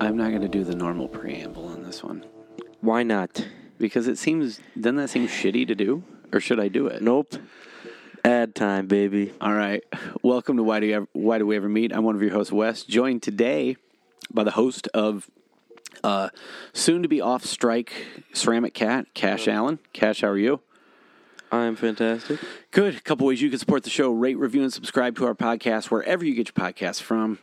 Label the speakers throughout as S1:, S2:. S1: I'm not going to do the normal preamble on this one
S2: Why not?
S1: because it seems doesn't that seem shitty to do, or should I do it?
S2: Nope. Ad time, baby.
S1: All right. Welcome to Why Do you Ever, Why Do We Ever Meet? I'm one of your hosts, Wes, joined today by the host of uh, soon to be off strike ceramic cat, Cash Allen. Cash, how are you?
S2: I'm fantastic.
S1: Good. A couple ways you can support the show rate, review, and subscribe to our podcast wherever you get your podcasts from.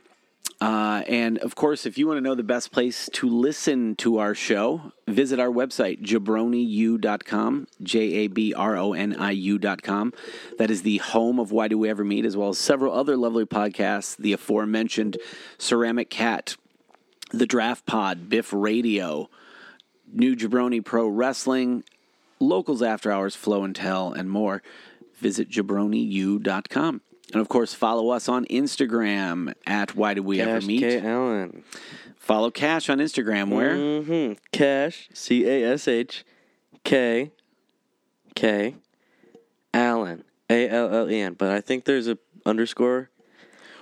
S1: Uh, and of course, if you want to know the best place to listen to our show, visit our website, jabroniu.com, J A B R O N I U.com. That is the home of Why Do We Ever Meet, as well as several other lovely podcasts, the aforementioned Ceramic Cat, The Draft Pod, Biff Radio, New Jabroni Pro Wrestling, locals after hours, flow and tell, and more. Visit jabroniu.com. And of course, follow us on Instagram at Why Did We
S2: Cash
S1: Ever Meet?
S2: K. Allen.
S1: Follow Cash on Instagram where?
S2: Mm-hmm. Cash, C A S H, K, K, Allen, A L L E N. But I think there's a underscore.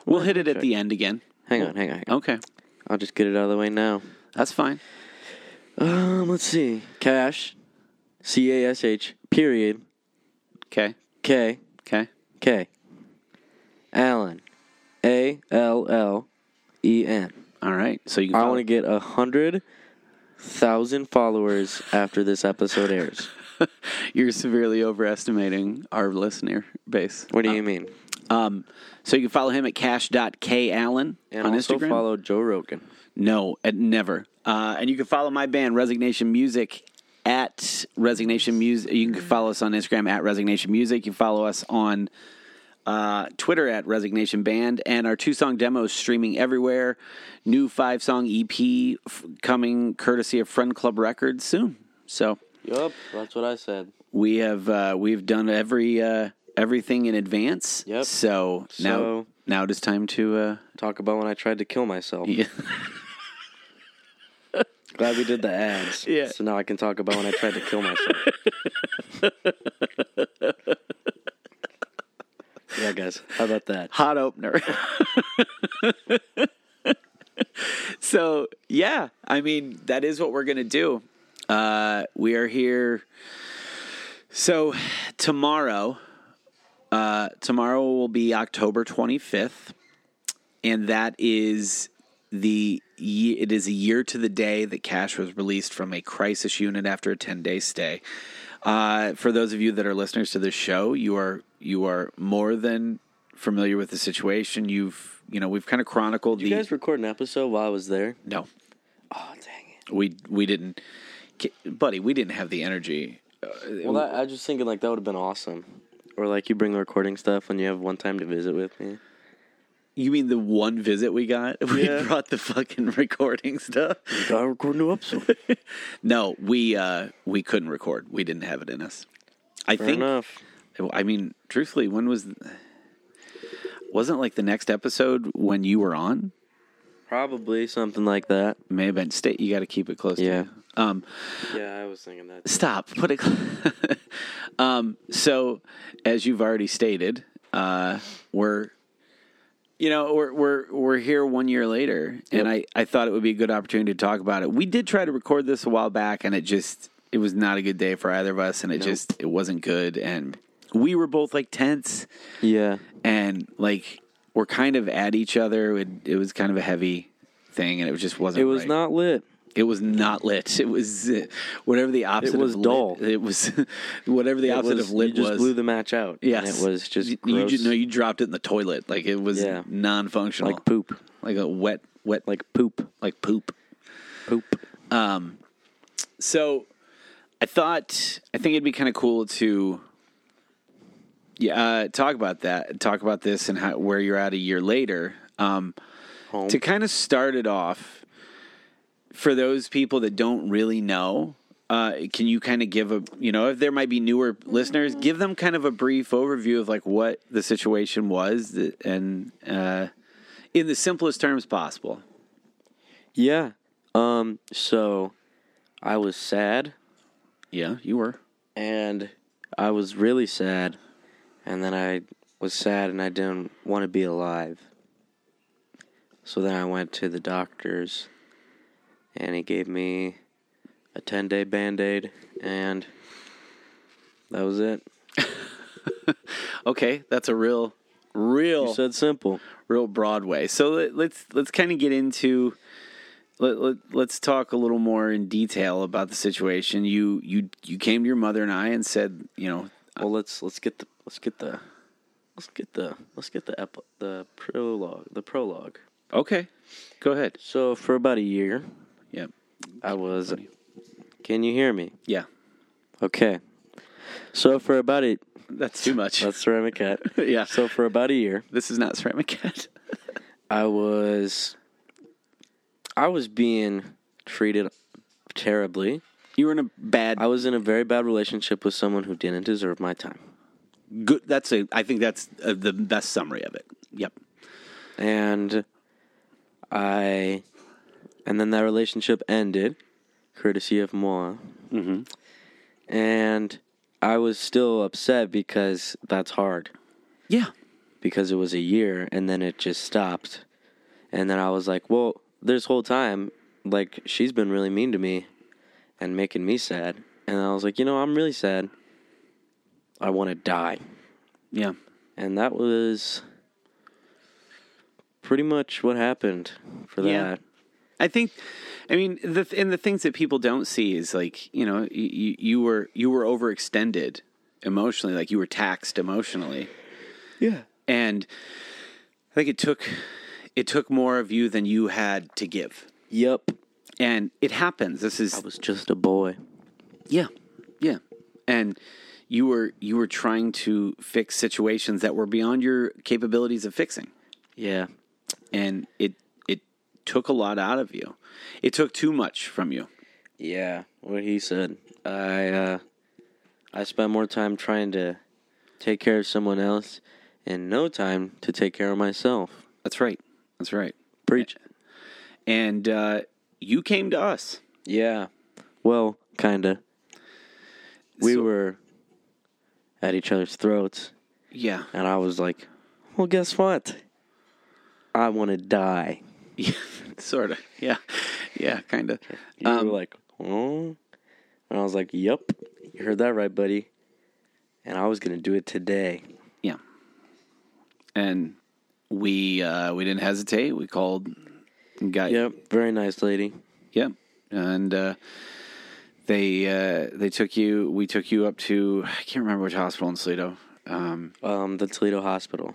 S1: We'll hit it at the end again.
S2: Hang on, hang on. hang on.
S1: Okay.
S2: I'll just get it out of the way now.
S1: That's fine.
S2: Um, let's see. Cash, C A S H, period,
S1: Okay.
S2: K,
S1: Okay.
S2: K, Allen, A L L E N.
S1: All right. So you can
S2: I
S1: follow-
S2: want to get a hundred thousand followers after this episode airs.
S1: you're severely overestimating our listener base.
S2: What do you mean?
S1: Um, so you can follow him at cash.kallen
S2: And
S1: on
S2: also
S1: Instagram.
S2: follow Joe Rogan.
S1: No, at never. Uh, and you can follow my band, Resignation Music, at Resignation Music. You can follow us on Instagram at Resignation Music. You can follow us on uh, Twitter at Resignation Band. And our two song demo is streaming everywhere. New five song EP f- coming courtesy of Friend Club Records soon. So
S2: Yup, that's what I said.
S1: we have uh, we've done every uh, everything in advance.
S2: Yep.
S1: So now
S2: So-
S1: now it is time to uh,
S2: Talk about when I tried to kill myself.
S1: yeah.
S2: Glad we did the ads.
S1: Yeah.
S2: So now I can talk about when I tried to kill myself. yeah, guys. How about that?
S1: hot opener. so yeah, I mean that is what we're gonna do. Uh, we are here. So tomorrow, uh, tomorrow will be October twenty fifth, and that is the ye- it is a year to the day that Cash was released from a crisis unit after a ten day stay. Uh, for those of you that are listeners to this show, you are you are more than familiar with the situation. You've you know we've kind of chronicled
S2: You
S1: the
S2: guys record an episode while I was there?
S1: no
S2: Oh, dang it.
S1: we we didn't K- buddy we didn't have the energy.
S2: Well, that, I was just thinking like that would have been awesome. Or like you bring the recording stuff when you have one time to visit with me.
S1: You mean the one visit we got? We
S2: Yeah.
S1: brought the fucking recording stuff.
S2: Gotta record a new episode.
S1: No, we uh we couldn't record. We didn't have it in us. I
S2: Fair
S1: think
S2: enough.
S1: I mean truthfully when was wasn't like the next episode when you were on?
S2: Probably something like that.
S1: May have been state you got to keep it close
S2: Yeah.
S1: to you. Um
S2: Yeah, I was thinking that.
S1: stop put it um so as you've already stated uh we're you know we're we're we're here one year later and i i thought it would be a good opportunity to talk about it we did try to record this a while back and it just it was not a good day for either of us and it just it wasn't good and we were both like tense
S2: Yeah.
S1: and like we're kind of at each other it, it was kind of a heavy thing and it just wasn't
S2: It was
S1: right.
S2: not lit.
S1: It was not lit. It was uh, whatever the opposite.
S2: was
S1: of lit-
S2: dull.
S1: It was whatever the
S2: It
S1: opposite
S2: was-
S1: of lit
S2: you just
S1: was.
S2: blew the match out. and
S1: yes,
S2: it was just
S1: you, you
S2: gross.
S1: just no. You dropped it in the toilet. Like it was
S2: Yeah.
S1: non-functional,
S2: like poop,
S1: like a wet, wet, like
S2: like poop,
S1: like poop.
S2: poop.
S1: So, I thought I think it'd be kind of cool to, yeah, uh, talk about that. Talk about this and how, where you're at a year later. Um,
S2: Home.
S1: to kind of start it off for those people that don't really know uh, can you kind of give a you know if there might be newer listeners give them kind of a brief overview of like what the situation was th- and uh, in the simplest terms possible
S2: yeah. Um. So, I was sad,
S1: yeah you were
S2: and I was really sad, and then I was sad, and I didn't want to be alive. So then I went to the doctors, and he gave me a 10 day band aid, and that was it.
S1: Okay, that's a real, real,
S2: You said simple.
S1: real Broadway. So let, let's let's kind of get into let, let let's talk a little more in detail about the situation. You you you came to your mother and I and said, you know,
S2: Well, let's let's get the let's get the let's get the let's get the ep- the prologue the prologue.
S1: okay, go ahead.
S2: So for about a year,
S1: Yep.
S2: I was. Can you hear me?
S1: Yeah,
S2: Okay. So for about a
S1: that's too much.
S2: that's ceramic cat.
S1: Yeah.
S2: So for about a year,
S1: this is not ceramic cat.
S2: I was I was being treated terribly.
S1: You were in a bad.
S2: I was in a very bad relationship with someone who didn't deserve my time.
S1: Good. That's a. I think that's uh the best summary of it. Yep.
S2: and I, and then that relationship ended, courtesy of moi. Mm-hmm. And I was still upset because that's hard
S1: Yeah.
S2: because it was a year and then it just stopped. And then I was like, well, this whole time, like, she's been really mean to me and making me sad. And I was like, you know, I'm really sad. I want to die
S1: Yeah.
S2: and that was pretty much what happened for
S1: Yeah.
S2: that.
S1: I think, I mean, the and the things that people don't see is like you know you, you were you were overextended emotionally, like you were taxed emotionally,
S2: Yeah.
S1: and I think it took it took more of you than you had to give,
S2: Yep.
S1: and it happens. This is
S2: I was just a boy.
S1: yeah, yeah, and you were you were trying to fix situations that were beyond your capabilities of fixing.
S2: Yeah.
S1: and it it took a lot out of you. It took too much from you.
S2: Yeah. What he said. I uh I spent more time trying to take care of someone else and no time to take care of myself.
S1: That's right. That's right.
S2: Preach.
S1: And uh, you came to us.
S2: Yeah. Well, kinda. We
S1: So-
S2: were at each other's throats
S1: Yeah.
S2: and I was like, Well guess what? I wanna die.
S1: yeah sort of. Yeah. Yeah. Kind of.
S2: You were like, oh. And I was like, yep, you heard that right, buddy. And I was going to do it today.
S1: Yeah. And we uh, we didn't hesitate. We called. And got
S2: Yep, very nice lady.
S1: Yep. And uh, they uh, they took you. We took you up to. I can't remember which hospital in Toledo. Um,
S2: Um, the Toledo Hospital.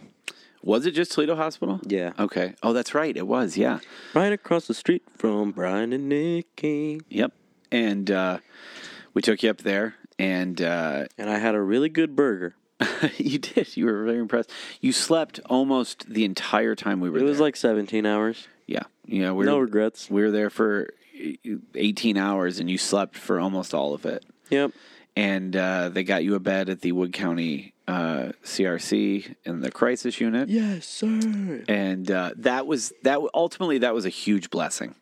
S1: was it just Toledo Hospital?
S2: Yeah.
S1: Okay. Oh, that's right. It was. Yeah.
S2: Right across the street from Brian and Nikki.
S1: Yep. And uh, we took you up there, and uh,
S2: And I had a really good burger.
S1: you did. You were very impressed. You slept almost the entire time we were
S2: It
S1: there.
S2: was like 17 hours.
S1: yeah, yeah. We were,
S2: No regrets.
S1: we were there for uh, eighteen hours, and you slept for almost all of it.
S2: Yep.
S1: And uh, they got you a bed at the Wood County uh, CRC in the crisis unit,
S2: Yes, sir.
S1: and uh, that was that. Ultimately, that was a huge blessing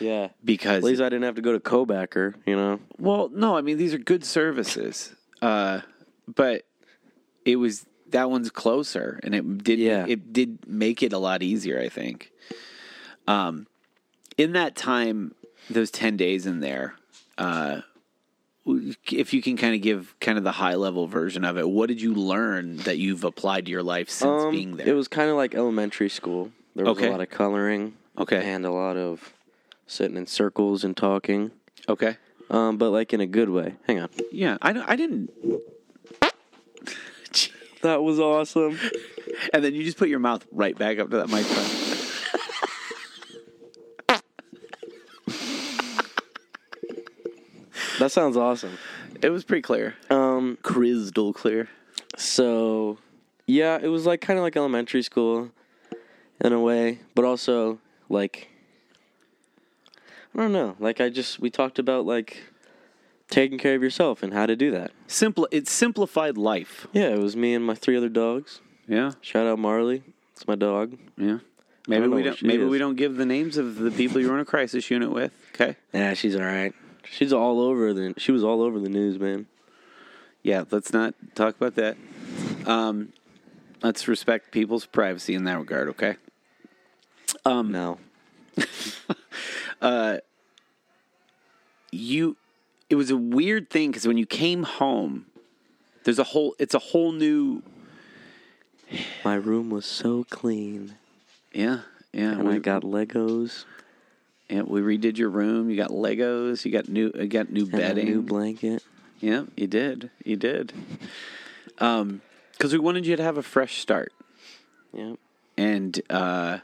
S2: Yeah.
S1: because
S2: At least I didn't have to go to Kobacker, you know?
S1: Well, no, I mean these are good services, uh, but it was that one's closer, and it did
S2: Yeah.
S1: it did make it a lot easier. I think. Um, in that time, those ten days in there, uh, if you can kind of give kind of the high level version of it, what did you learn that you've applied to your life since
S2: Um,
S1: being there?
S2: It was kind of like elementary school. There was
S1: Okay.
S2: a lot of coloring.
S1: Okay.
S2: And a lot of sitting in circles and talking.
S1: okay.
S2: Um, but like in a good way. Hang on.
S1: Yeah, I don't- I didn't.
S2: That was awesome.
S1: And then you just put your mouth right back up to that microphone.
S2: That sounds awesome.
S1: It was pretty clear.
S2: Um,
S1: Crystal clear.
S2: so yeah, it was like kind of like elementary school in a way, but also like I don't know. Like I just we talked about like taking care of yourself and how to do that.
S1: Simpli- it simplified life.
S2: Yeah, it was me and my three other dogs.
S1: Yeah,
S2: Shout out Marley. It's my dog.
S1: yeah. Maybe
S2: don't know
S1: we
S2: where
S1: don't.
S2: she
S1: Maybe
S2: is.
S1: we don't give the names of the people you were in a crisis unit with. Okay.
S2: Yeah, she's all right. She's all over the she was all over the news, man.
S1: Yeah, let's not talk about that. Um, let's respect people's privacy
S2: Um,
S1: in that regard. Okay.
S2: no.
S1: you it was a weird thing because when you came home there's a whole it's a whole new
S2: My room was so clean,
S1: yeah yeah
S2: and
S1: we,
S2: I got Legos
S1: yeah, we redid your room you got legos you got new you got new
S2: and
S1: bedding
S2: a new blanket.
S1: yeah you did you did um because we wanted you to have a fresh start
S2: Yep.
S1: and uh,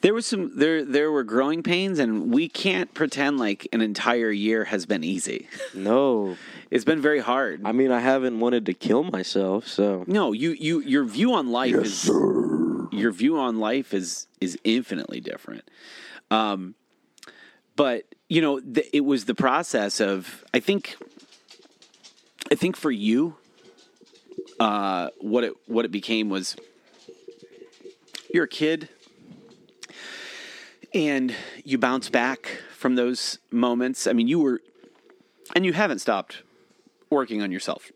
S1: there was some there there were growing pains, and we can't pretend like an entire year has been easy.
S2: No,
S1: It's been very hard.
S2: I mean I haven't wanted to kill myself, so
S1: no, you you your view on life is your view on life is is infinitely different. Um, but you know, th- it was the process of I think, I think for you, uh, what it what it became was you're a kid and you bounce back from those moments. I mean, you were, and you haven't stopped working on yourself.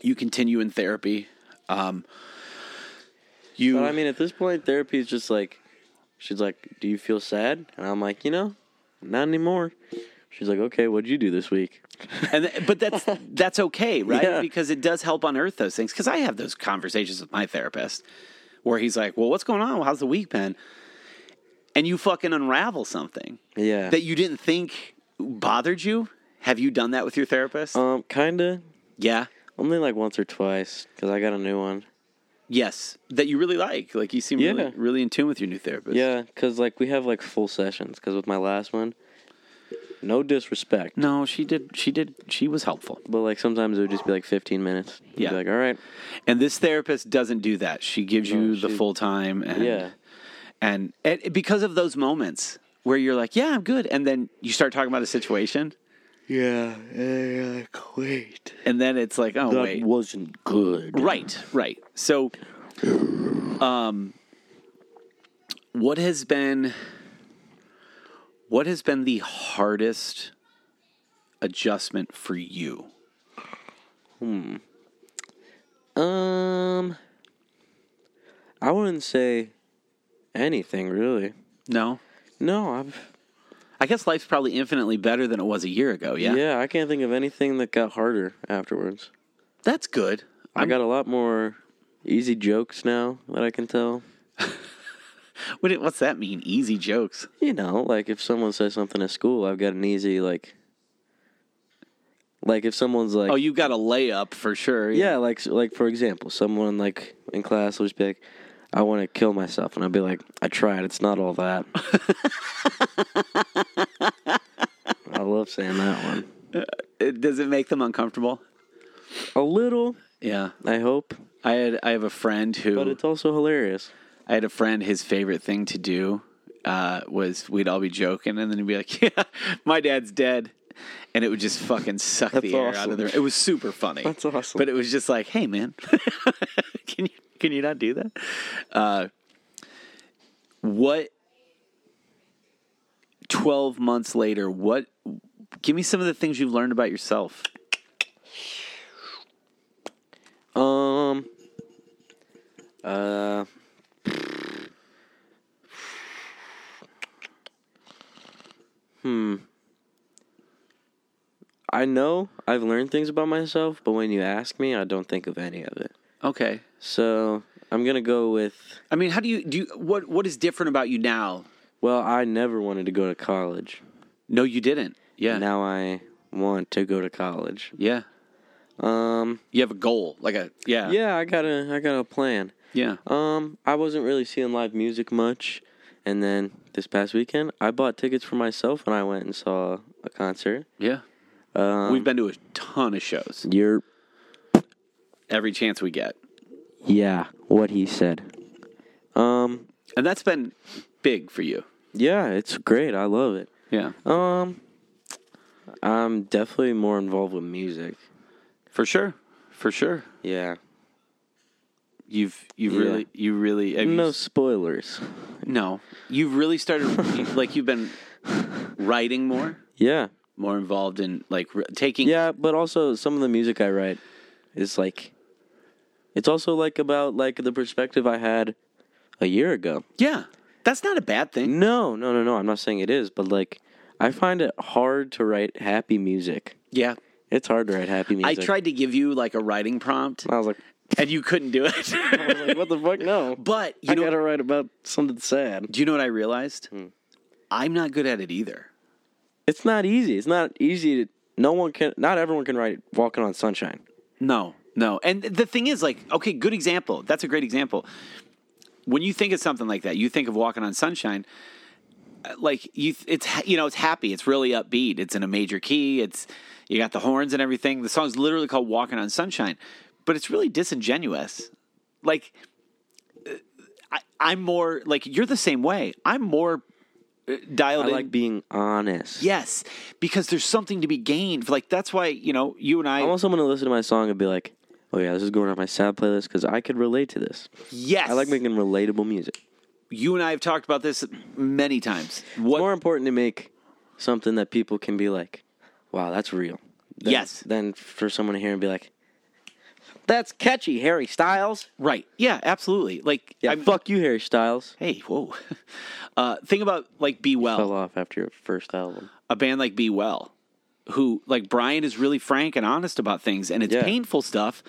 S1: You continue in therapy. Um, you,
S2: But I mean, at this point, therapy is just like, she's like, "Do you feel sad?" And I'm like, "You know, not anymore." She's like, "Okay, what'd you do this week?"
S1: and th- but that's that's okay, right?
S2: Yeah.
S1: Because it does help unearth those things. Because I have those conversations with my therapist where he's like, "Well, what's going on? How's the week been?" And you fucking unravel something
S2: Yeah.
S1: that you didn't think bothered you. Have you done that with your therapist?
S2: um, kinda.
S1: yeah.
S2: Only like once or twice, cause I got a new one.
S1: Yes, that you really like. Like you seem
S2: Yeah.
S1: really, really in tune with your new therapist.
S2: Yeah, cause like we have like full sessions. Cause with my last one, no disrespect,
S1: No, she did. She did. She was helpful.
S2: but like sometimes it would just be like 15 minutes. You'd
S1: Yeah.
S2: Be like, all right.
S1: And this therapist doesn't do that. She gives you the
S2: she-
S1: full time. And,
S2: Yeah.
S1: And, and because of those moments where you're like, yeah, I'm good. And then you start talking about a situation.
S2: Yeah. wait.
S1: And then it's like, oh,
S2: That
S1: wait.
S2: wasn't good.
S1: Right, right. So, um, what has been what has been the hardest adjustment for you?
S2: Um, I wouldn't say anything really.
S1: No,
S2: No, I've
S1: I guess life's probably infinitely better than it was a year ago. Yeah,
S2: yeah. I can't think of anything that got harder afterwards.
S1: that's good.
S2: i got a lot more easy jokes now that I can tell.
S1: What it- what's that mean? Easy jokes.
S2: You know, like if someone says something at school, I've got an easy like. Like if someone's like,
S1: Oh, you got a layup for sure.
S2: yeah, like s- like for example, someone like in class will just be like, "I want to kill myself," and I'll be like, "I tried. It's not all that." I love saying that one.
S1: It- does it make them uncomfortable?
S2: A little,
S1: Yeah,
S2: I hope,
S1: I had I have a friend who
S2: but it's also hilarious.
S1: I had a friend, his favorite thing to do uh, was we'd all be joking, and then he'd be like, Yeah, my dad's dead. And it would just fucking suck
S2: That's
S1: the air out of
S2: awesome.
S1: their. It was super funny.
S2: That's awesome.
S1: But it was just like, hey, man, can you can you not do that? Uh, what? Twelve months later, what? Give me some of the things you've learned about yourself.
S2: Um. Uh. Hmm. I know I've learned things about myself, but when you ask me, I don't think of any of it.
S1: Okay.
S2: So I'm gonna go with.
S1: I mean, how do you do? You, what What is different about you now?
S2: Well, I never wanted to go to college.
S1: No, you didn't. Yeah.
S2: Now I want to go to college.
S1: Yeah.
S2: Um.
S1: you have a goal like a yeah
S2: Yeah, I got a I got a plan.
S1: yeah
S2: Um, I wasn't really seeing live music much, and then this past weekend, I bought tickets for myself and I went and saw a concert.
S1: yeah
S2: Um,
S1: we've been to a ton of shows
S2: you're
S1: every chance we get
S2: yeah, what he said. Um,
S1: and that's been big for you
S2: yeah, it's great. I love it.
S1: yeah
S2: Um, I'm definitely more involved with music.
S1: for sure for sure
S2: Yeah.
S1: you've you've
S2: Yeah.
S1: really you really have you-
S2: No spoilers.
S1: no you've really started like you've been writing more
S2: Yeah.
S1: more involved in like re- taking
S2: Yeah, but also some of the music I write is like it's also like about like the perspective I had a year ago.
S1: yeah that's not a bad thing
S2: Mm-hmm. No, no, no, no. I'm not saying it is, but like I find it hard to write happy music.
S1: Yeah.
S2: It's hard to write happy
S1: I
S2: music.
S1: tried to give you like a writing prompt
S2: I was like,
S1: and you couldn't do it.
S2: I was like, what the fuck? No.
S1: but you
S2: I
S1: know
S2: gotta write about something sad.
S1: do you know what I realized?
S2: Hmm.
S1: I'm not good at it either.
S2: It's not easy. It's not easy to. No one can. Not everyone can write "Walking on Sunshine."
S1: No, no. And the thing is, like, okay, good example. That's a great example. When you think of something like that, you think of walking on sunshine. uh, Like you, it's ha- you know, it's happy. It's really upbeat. It's in a major key. It's you got the horns and everything. The song's literally called "Walking on Sunshine," but it's really disingenuous. Like, uh, I, I'm more like you're the same way. I'm more uh, dialed
S2: I
S1: in.
S2: like being honest.
S1: yes, because there's something to be gained. Like that's why you know you and I.
S2: I want someone to listen to my song and be like, "Oh yeah, this is going on my sad playlist because I could relate to this."
S1: yes,
S2: I like making relatable music.
S1: you and I have talked about this many times. What?
S2: It's more important to make something that people can be like, "Wow, that's real." Than,
S1: Yes.
S2: Than for someone to hear and be like, "That's catchy, Harry Styles."
S1: right? Yeah, absolutely. Like,
S2: Yeah,
S1: I'm,
S2: fuck you, Harry Styles.
S1: hey, whoa. Uh, think about like Be
S2: Fell
S1: Well,
S2: off after your first album.
S1: a band like Be Well, who like Brian is really frank and honest about things, and it's
S2: Yeah.
S1: painful stuff.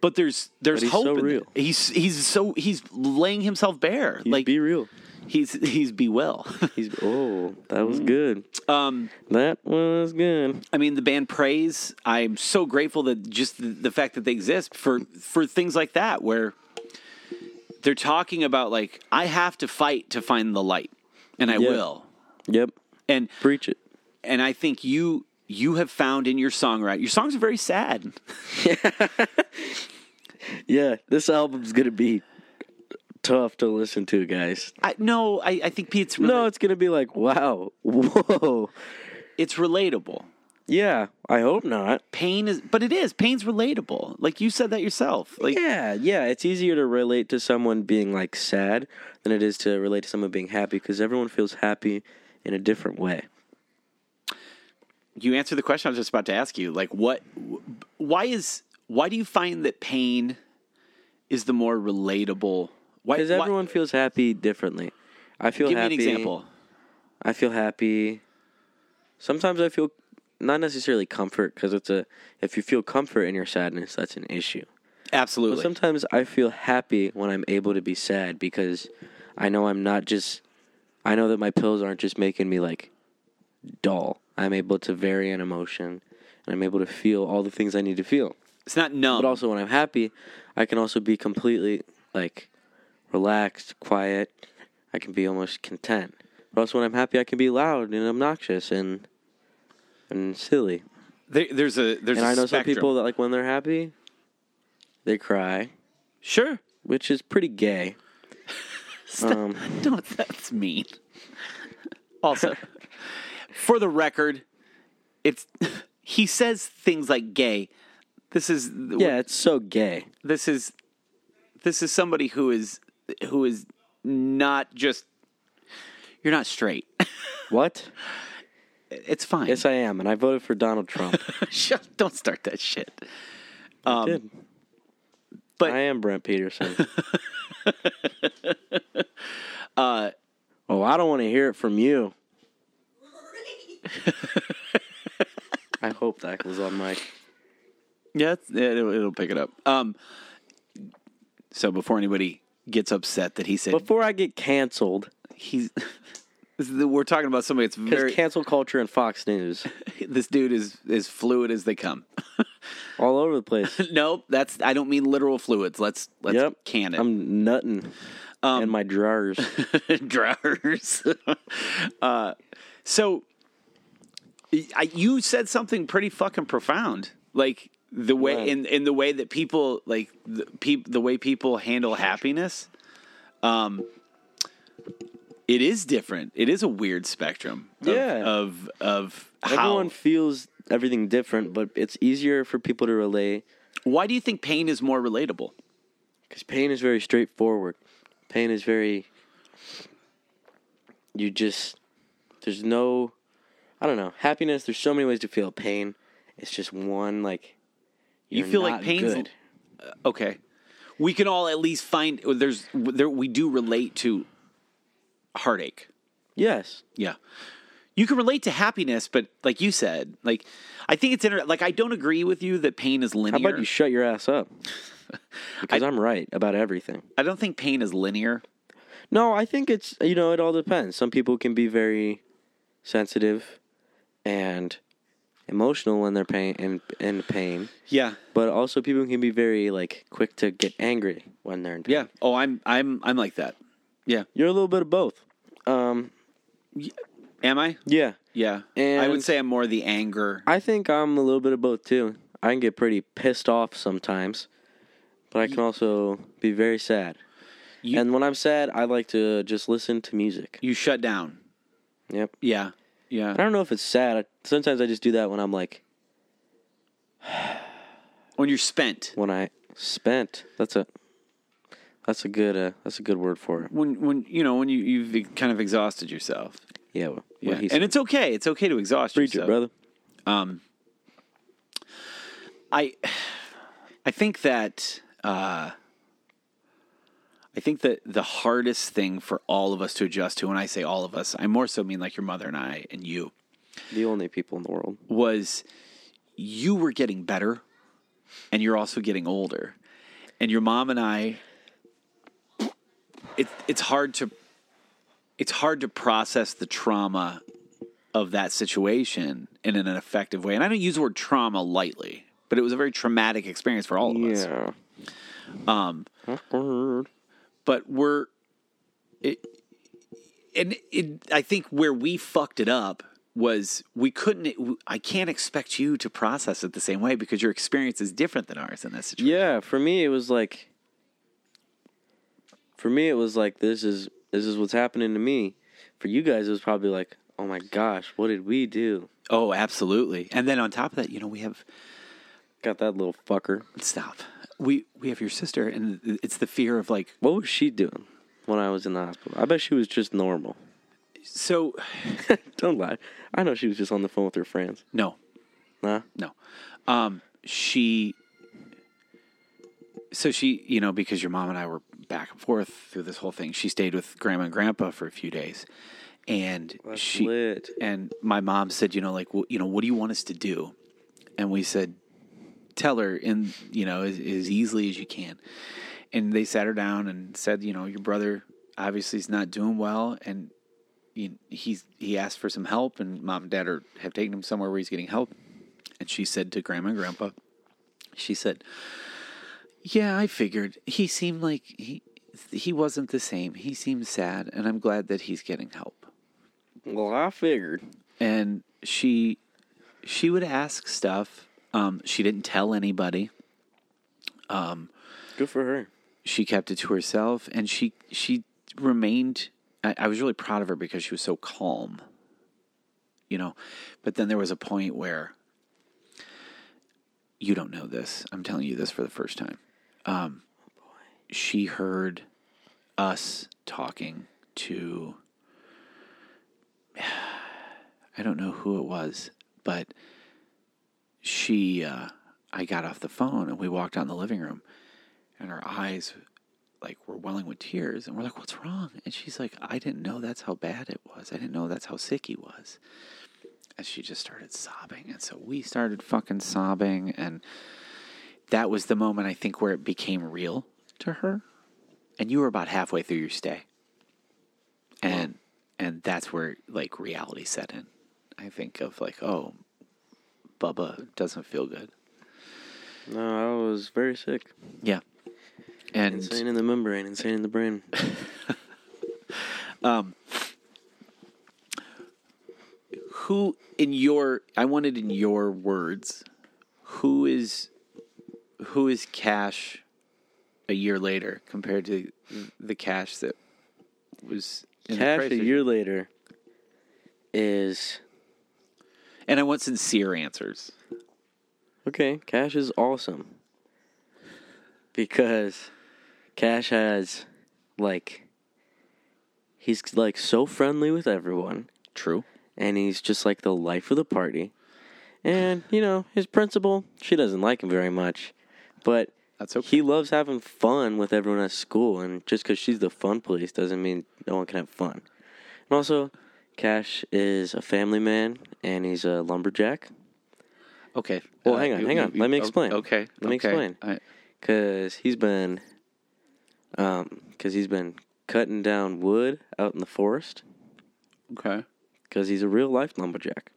S1: But there's there's
S2: But he's
S1: hope.
S2: so
S1: in
S2: real.
S1: it. He's he's so he's laying himself bare. like
S2: be real.
S1: he's he's Be Well.
S2: He's oh, that was good.
S1: um,
S2: That was good.
S1: I mean, the band Praise. I'm so grateful that just the, the fact that they exist for for things like that, where they're talking about like I have to fight to find the light, and I
S2: Yeah.
S1: will.
S2: Yep.
S1: And
S2: Preach it.
S1: and I think you you have found in your songwriting. Your songs are very sad.
S2: Yeah, this album's gonna be tough to listen to, guys.
S1: I, no, I, I think Pete's rela-
S2: No, it's gonna be like, wow, whoa.
S1: it's relatable.
S2: Yeah, I hope not.
S1: Pain is, but it is pain's relatable. Like you said that yourself. Like
S2: Yeah, yeah, it's easier to relate to someone being like sad than it is to relate to someone being happy because everyone feels happy in a different way.
S1: you answered the question I was just about to ask you. Like, what? Why is? Why do you find that pain is the more relatable? Why?
S2: Because
S1: why-
S2: everyone feels happy differently. I feel
S1: give
S2: happy.
S1: me an example.
S2: I feel happy. Sometimes I feel not necessarily comfort because it's a if you feel comfort in your sadness, that's an issue.
S1: Absolutely.
S2: But sometimes I feel happy when I'm able to be sad because I know I'm not just I know that my pills aren't just making me like dull. I'm able to vary an emotion and I'm able to feel all the things I need to feel.
S1: it's not numb.
S2: But also when I'm happy, I can also be completely like relaxed, quiet. I can be almost content. But also when I'm happy, I can be loud and obnoxious and and silly.
S1: there, there's a there's
S2: And
S1: a
S2: I know some
S1: spectrum.
S2: people that like when they're happy, they cry,
S1: Sure.
S2: which is pretty gay. Um,
S1: Don't. That's mean. Also, for the record, it's he says things like "gay." This is
S2: yeah, it's so gay.
S1: this is this is somebody who is who is not just you're not straight.
S2: What?
S1: It's fine.
S2: Yes, I am, and I voted for Donald Trump.
S1: Shut- Don't start that shit.
S2: I did.
S1: Um, but-
S2: I am Brent Peterson.
S1: Uh,
S2: oh, I don't want to hear it from you. I hope that was on mic.
S1: Yeah, it's- it, it'll, it'll pick it up. Um, so before anybody gets upset that he said
S2: Before I get canceled,
S1: he's, this is the- we're talking about somebody that's very
S2: because cancel culture and Fox News
S1: this dude is as fluid as they come.
S2: all over the place.
S1: nope, that's I don't mean literal fluids. Let's let's
S2: yep,
S1: can it.
S2: I'm nutting
S1: Um,
S2: in my drawers.
S1: drawers. uh, so I, you said something pretty fucking profound, like the way
S2: Right.
S1: in in the way that people like the, peop, the way people handle happiness. Um, it is different. It is a weird spectrum. Of,
S2: Yeah.
S1: of of how.
S2: Everyone feels everything different, but it's easier for people to relate
S1: Why do you think pain is more relatable?
S2: Because pain is very straightforward. Pain is very. You just. There's no. I don't know. Happiness, there's so many ways to feel pain. It's just one, like.
S1: You
S2: you're
S1: feel like
S2: not
S1: pain's-
S2: good.
S1: Okay, we can all at least find there's there we do relate to heartache.
S2: Yes.
S1: Yeah. you can relate to happiness, but like you said, like I think it's inter- like I don't agree with you that pain is
S2: How
S1: linear.
S2: about you shut your ass up? Because I, am right about everything.
S1: I don't think pain is linear.
S2: No, I think it's you know it all depends. Some people can be very sensitive and emotional when they're pain in in pain,
S1: Yeah.
S2: but also people can be very like quick to get angry when they're in pain.
S1: Yeah. Oh, I'm I'm I'm like that. Yeah.
S2: You're a little bit of both. Um,
S1: Am I?
S2: yeah,
S1: Yeah. I would
S2: And-
S1: say I'm more the anger.
S2: I think I'm a little bit of both too. I can get pretty pissed off sometimes, but I can also be very sad.
S1: You-
S2: and when I'm sad, I like to just listen to music.
S1: You shut down.
S2: Yep.
S1: Yeah. Yeah.
S2: I don't know if it's sad. I- Sometimes I just do that when I'm like
S1: When you're spent.
S2: when I spent. That's a that's a good uh, that's a good word for it.
S1: When when you know when you you've kind of exhausted yourself.
S2: Yeah. What
S1: Yeah.
S2: yeah. He
S1: and
S2: said.
S1: it's okay. It's okay to exhaust
S2: Preach
S1: yourself.
S2: it, brother.
S1: I I think that uh, I think that the hardest thing for all of us to adjust to, when I say all of us, I more so mean like your mother and I and you,
S2: The only people in the world.
S1: was you were getting better and you're also getting older. And your mom and I it's it's hard to it's hard to process the trauma of that situation in an effective way. And I don't use the word trauma lightly, but it was a very traumatic experience for all of us.
S2: Yeah. Um. Awkward.
S1: but we're it, and it, I think where we fucked it up was we couldn't I can't expect you to process it the same way because your experience is different than ours in that situation.
S2: Yeah, for me it was like for me it was like this is this is what's happening to me. For you guys it was probably like, "Oh my gosh, what did we do?"
S1: Oh, absolutely. And then on top of that, you know, we have
S2: Got that little fucker.
S1: stop. We we have your sister and it's the fear of like
S2: What was she doing when I was in the hospital? I bet she was just normal.
S1: so
S2: Don't lie. I know she was just on the phone with her friends.
S1: no,
S2: Nah.
S1: no. Um she so she, you know, because your mom and I were back and forth through this whole thing, she stayed with grandma and grandpa for a few days. And she
S2: lit.
S1: and my mom said, you know, like, well, you know, what do you want us to do? And we said, tell her in, you know, as, as easily as you can. And they sat her down and said, you know, your brother obviously is not doing well, and he, he's he asked for some help, and mom and dad are have taken him somewhere where he's getting help. And she said to grandma and grandpa, she said, yeah, I figured he seemed like he he wasn't the same. He seemed sad, and I'm glad that he's getting help
S2: Well, I figured.
S1: and she she would ask stuff. Um, she didn't tell anybody.
S2: Good for her.
S1: She kept it to herself, and she she remained. I, I was really proud of her because she was so calm. You know, but then there was a point where you don't know this. I'm telling you this for the first time. Um, she heard us talking to. I don't know who it was, but she uh, I got off the phone and we walked out in the living room and her eyes like were welling with tears and we're like, What's wrong? And she's like, I didn't know that's how bad it was. I didn't know that's how sick he was. And she just started sobbing. And so we started fucking sobbing and that was the moment I think where it became real to her. And you were about halfway through your stay. And and that's where like reality set in. I think of like, oh, Bubba doesn't feel good.
S2: No, I was very sick.
S1: Yeah. And
S2: Insane in the membrane, insane in the brain.
S1: who in your I wanted in your words, who is who is cash a year later compared to the cash that was in the
S2: Cash
S1: price
S2: a
S1: of-
S2: year later is
S1: And I want sincere answers.
S2: Okay, Cash is awesome. Because Cash has like he's like so friendly with everyone
S1: True.
S2: and he's just like the life of the party. And you know, his principal, she doesn't like him very much, but
S1: That's okay.
S2: he loves having fun with everyone at school and just cuz she's the fun police doesn't mean no one can have fun. And also, Cash is a family man and he's a lumberjack.
S1: Okay. Uh,
S2: Well, hang on, hang on. Let me explain.
S1: oh, Okay.
S2: Let me
S1: okay.
S2: explain.
S1: I-
S2: Cause he's been, um, cause he's been cutting down wood out in the forest.
S1: okay.
S2: Cause he's a real life lumberjack.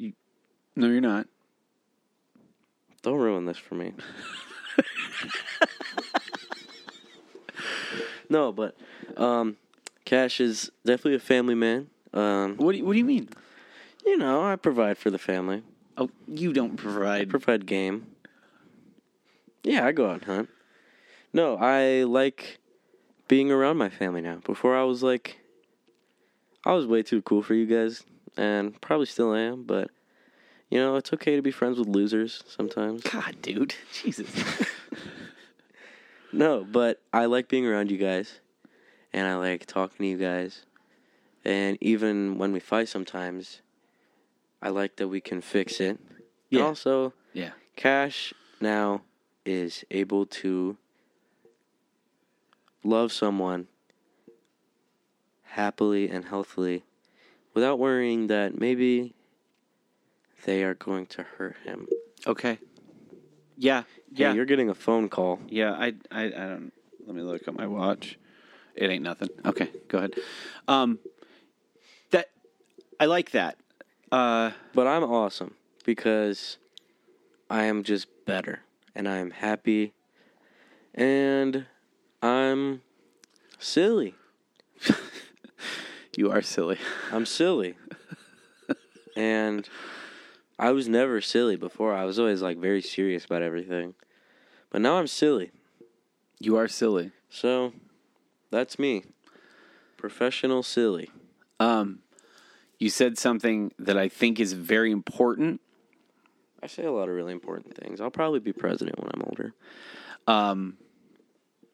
S1: No, you're not.
S2: Don't ruin this for me. no, but um, Cash is definitely a family man. Um,
S1: What do you, What do you mean?
S2: you know, I provide for the family.
S1: Oh, you don't
S2: I
S1: provide.
S2: provide game. Yeah, I go out and hunt. No, I like being around my family now. Before I was like, I was way too cool for you guys, and probably still am. But you know, it's okay to be friends with losers sometimes.
S1: God, dude, Jesus.
S2: No, but I like being around you guys, and I like talking to you guys, and even when we fight sometimes, I like that we can fix it.
S1: Yeah.
S2: And also,
S1: yeah.
S2: Cash now is able to love someone happily and healthily without worrying that maybe they are going to hurt him.
S1: Okay. Yeah.
S2: Hey,
S1: Yeah.
S2: you're getting a phone call.
S1: Yeah, I, I, I don't. Let me look at my watch. It ain't nothing. Okay, go ahead. Um, that I like that. Uh,
S2: But I'm awesome because I am just better and I am happy and I'm silly.
S1: you are silly.
S2: I'm silly. and I was never silly before. I was always like very serious about everything. But now I'm silly.
S1: You are silly.
S2: So that's me. Professional silly.
S1: Um, you said something that I think is very important.
S2: I say a lot of really important things. I'll probably be president when I'm older.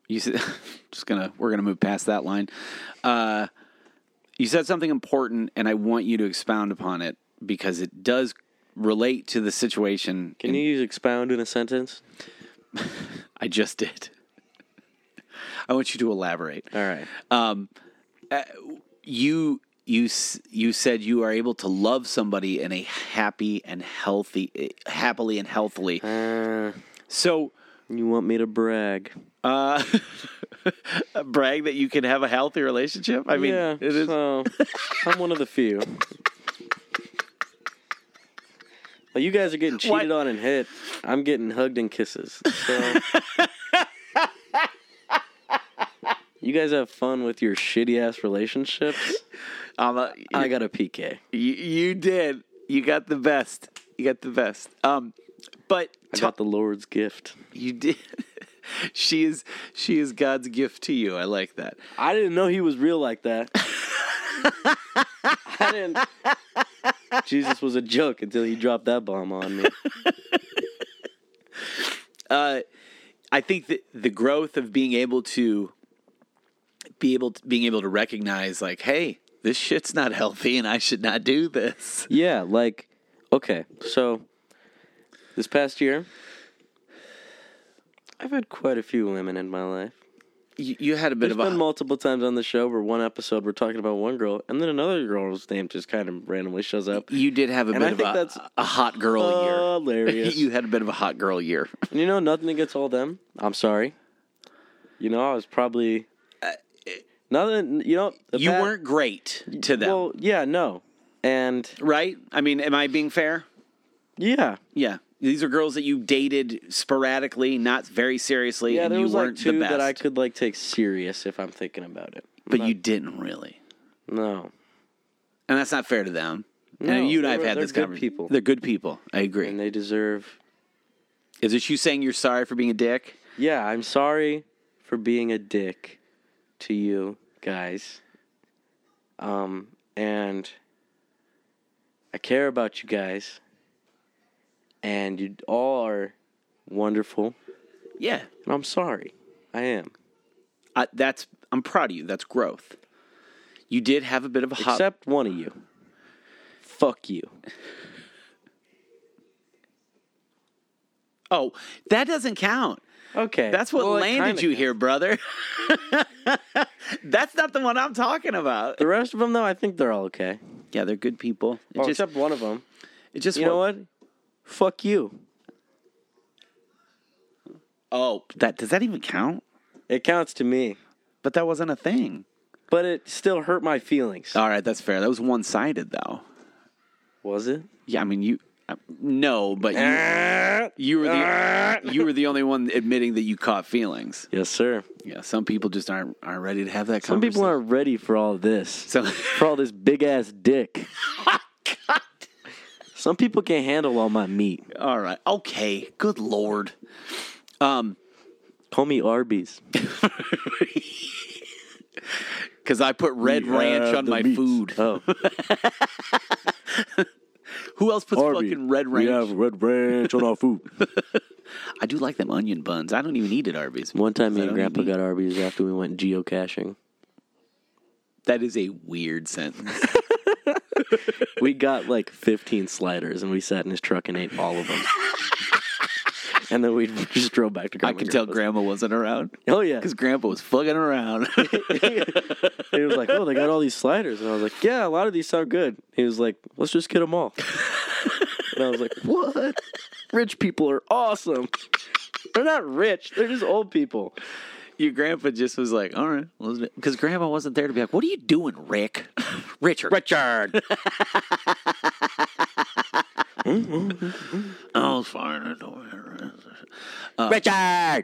S1: You said, just gonna we're gonna move past that line. Uh, you said something important, and I want you to expound upon it because it does relate to the situation.
S2: Can you use expound in a sentence?
S1: I just did. I want you to elaborate.
S2: All right.
S1: you you s- you said you are able to love somebody in a happy and healthy eh, happily and healthily
S2: Uh,
S1: so
S2: you want me to brag?
S1: uh brag that you can have a healthy relationship i mean
S2: yeah.
S1: it is
S2: So I'm one of the few. Well, you guys are getting
S1: What?
S2: cheated on and hit. I'm getting hugged and kisses. So you guys have fun with your shitty ass relationships.
S1: I'm a-
S2: I got a PK.
S1: you, you did you got the best you got the best um but
S2: I
S1: ta-
S2: got the Lord's gift.
S1: you did she is she is god's gift to you i like that
S2: I didn't know he was real like that. I didn't. Jesus was a joke until he dropped that bomb on me.
S1: uh, I think that the growth of being able to be able to, being able to recognize like, hey, this shit's not healthy, and I should not do this.
S2: Yeah, like okay, so this past year I've had quite a few women in my life.
S1: You, you had a bit
S2: There's
S1: of a
S2: been multiple times on the show where one episode we're talking about one girl and then another girl's name just kind of randomly shows up.
S1: you did have a
S2: And
S1: bit
S2: I
S1: of
S2: think
S1: a,
S2: that's
S1: a hot girl year.
S2: Hilarious.
S1: you had a bit of a hot girl year.
S2: And you know nothing against all them. I'm sorry. You know, I was probably nothing you know the
S1: You
S2: pa-
S1: weren't great to them,
S2: Well, yeah, no. And
S1: right? I mean, am I being fair?
S2: yeah,
S1: Yeah. These are girls that you dated sporadically, not very seriously,
S2: yeah,
S1: and
S2: there
S1: you
S2: was like
S1: weren't
S2: two
S1: the best.
S2: that I could like take serious if I'm thinking about it.
S1: but you didn't really.
S2: No.
S1: and that's not fair to them.
S2: No,
S1: and you and I have
S2: they're-
S1: had
S2: they're
S1: this
S2: good
S1: conversation.
S2: people.
S1: They're good people. I
S2: And
S1: agree.
S2: they deserve
S1: Is it you saying you're sorry for being a dick?
S2: Yeah, I'm sorry for being a dick to you guys. Um, and I care about you guys. And you all are wonderful.
S1: Yeah,
S2: And I'm sorry. I am.
S1: I, that's. I'm proud of you. That's growth. You did have a bit of a hot.
S2: Except one of you. Fuck you.
S1: oh, that doesn't count.
S2: Okay.
S1: That's what
S2: Well, it
S1: landed
S2: kinda
S1: you
S2: counts.
S1: here, brother. That's not the one I'm talking about.
S2: The rest of them, though, I think they're all okay.
S1: Yeah, they're good people. It
S2: Oh,
S1: just,
S2: except one of them.
S1: it just
S2: You know
S1: wa-
S2: what? Fuck you.
S1: Oh, that does that even count?
S2: It counts to me,
S1: But that wasn't a thing.
S2: but it still hurt my feelings.
S1: All right, that's fair. That was one sided though.
S2: Was it?
S1: Yeah, I mean you. uh, No, but you, you were the you were the only one admitting that you caught feelings.
S2: Yes, sir.
S1: Yeah, some people just aren't aren't ready to have that.
S2: Some people
S1: conversation.
S2: aren't ready for all this.
S1: So Oh,
S2: For all this big ass dick. Some people can't handle all my meat.
S1: all right, okay, good lord. Um,
S2: Call me Arby's.
S1: because I put red ranch
S2: Uh,
S1: on
S2: the
S1: my
S2: meats.
S1: food.
S2: Oh,
S1: Who else puts
S2: Arby's.
S1: fucking red ranch?
S2: We have red ranch on our food.
S1: I do like them onion buns. I don't even eat at Arby's.
S2: One time, me and
S1: don't
S2: Grandpa
S1: eat meat.
S2: got Arby's after we went geocaching.
S1: That is a weird sentence.
S2: We got like 15 sliders, and we sat in his truck and ate all of them. and then we just drove back
S1: I
S2: to. Grandma
S1: can tell
S2: Grandpa's.
S1: Grandma wasn't around.
S2: Oh yeah,
S1: Because Grandpa was fucking around.
S2: he was like, "Oh, they got all these sliders," and I was like, "Yeah, a lot of these sound good." He was like, "Let's just get them all," and I was like, "What? Rich people are awesome. They're not rich; they're just old people."
S1: Your grandpa just was like, all right. Because Grandma wasn't there to be like, what are you doing, Rick? Richard. Richard. oh, it's fine.
S2: Richard.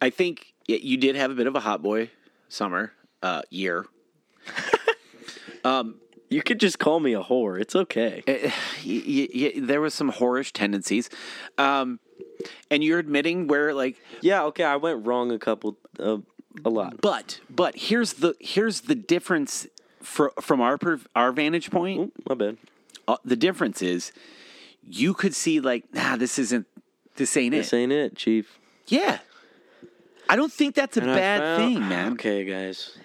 S1: I think y- you did have a bit of a hot boy summer uh, year.
S2: You could just call me a whore. It's okay.
S1: y- y- y- there was some whorish tendencies. Um, and you're admitting where like
S2: Yeah, okay. I went wrong a couple, uh, a lot.
S1: but but here's the here's the difference fro- from our per- our vantage point.
S2: My bad.
S1: Uh, the difference is you could see like nah this isn't this ain't
S2: This
S1: it.
S2: ain't it, Chief.
S1: Yeah. I don't think that's a
S2: And I
S1: bad
S2: found-
S1: thing, man.
S2: Okay, guys.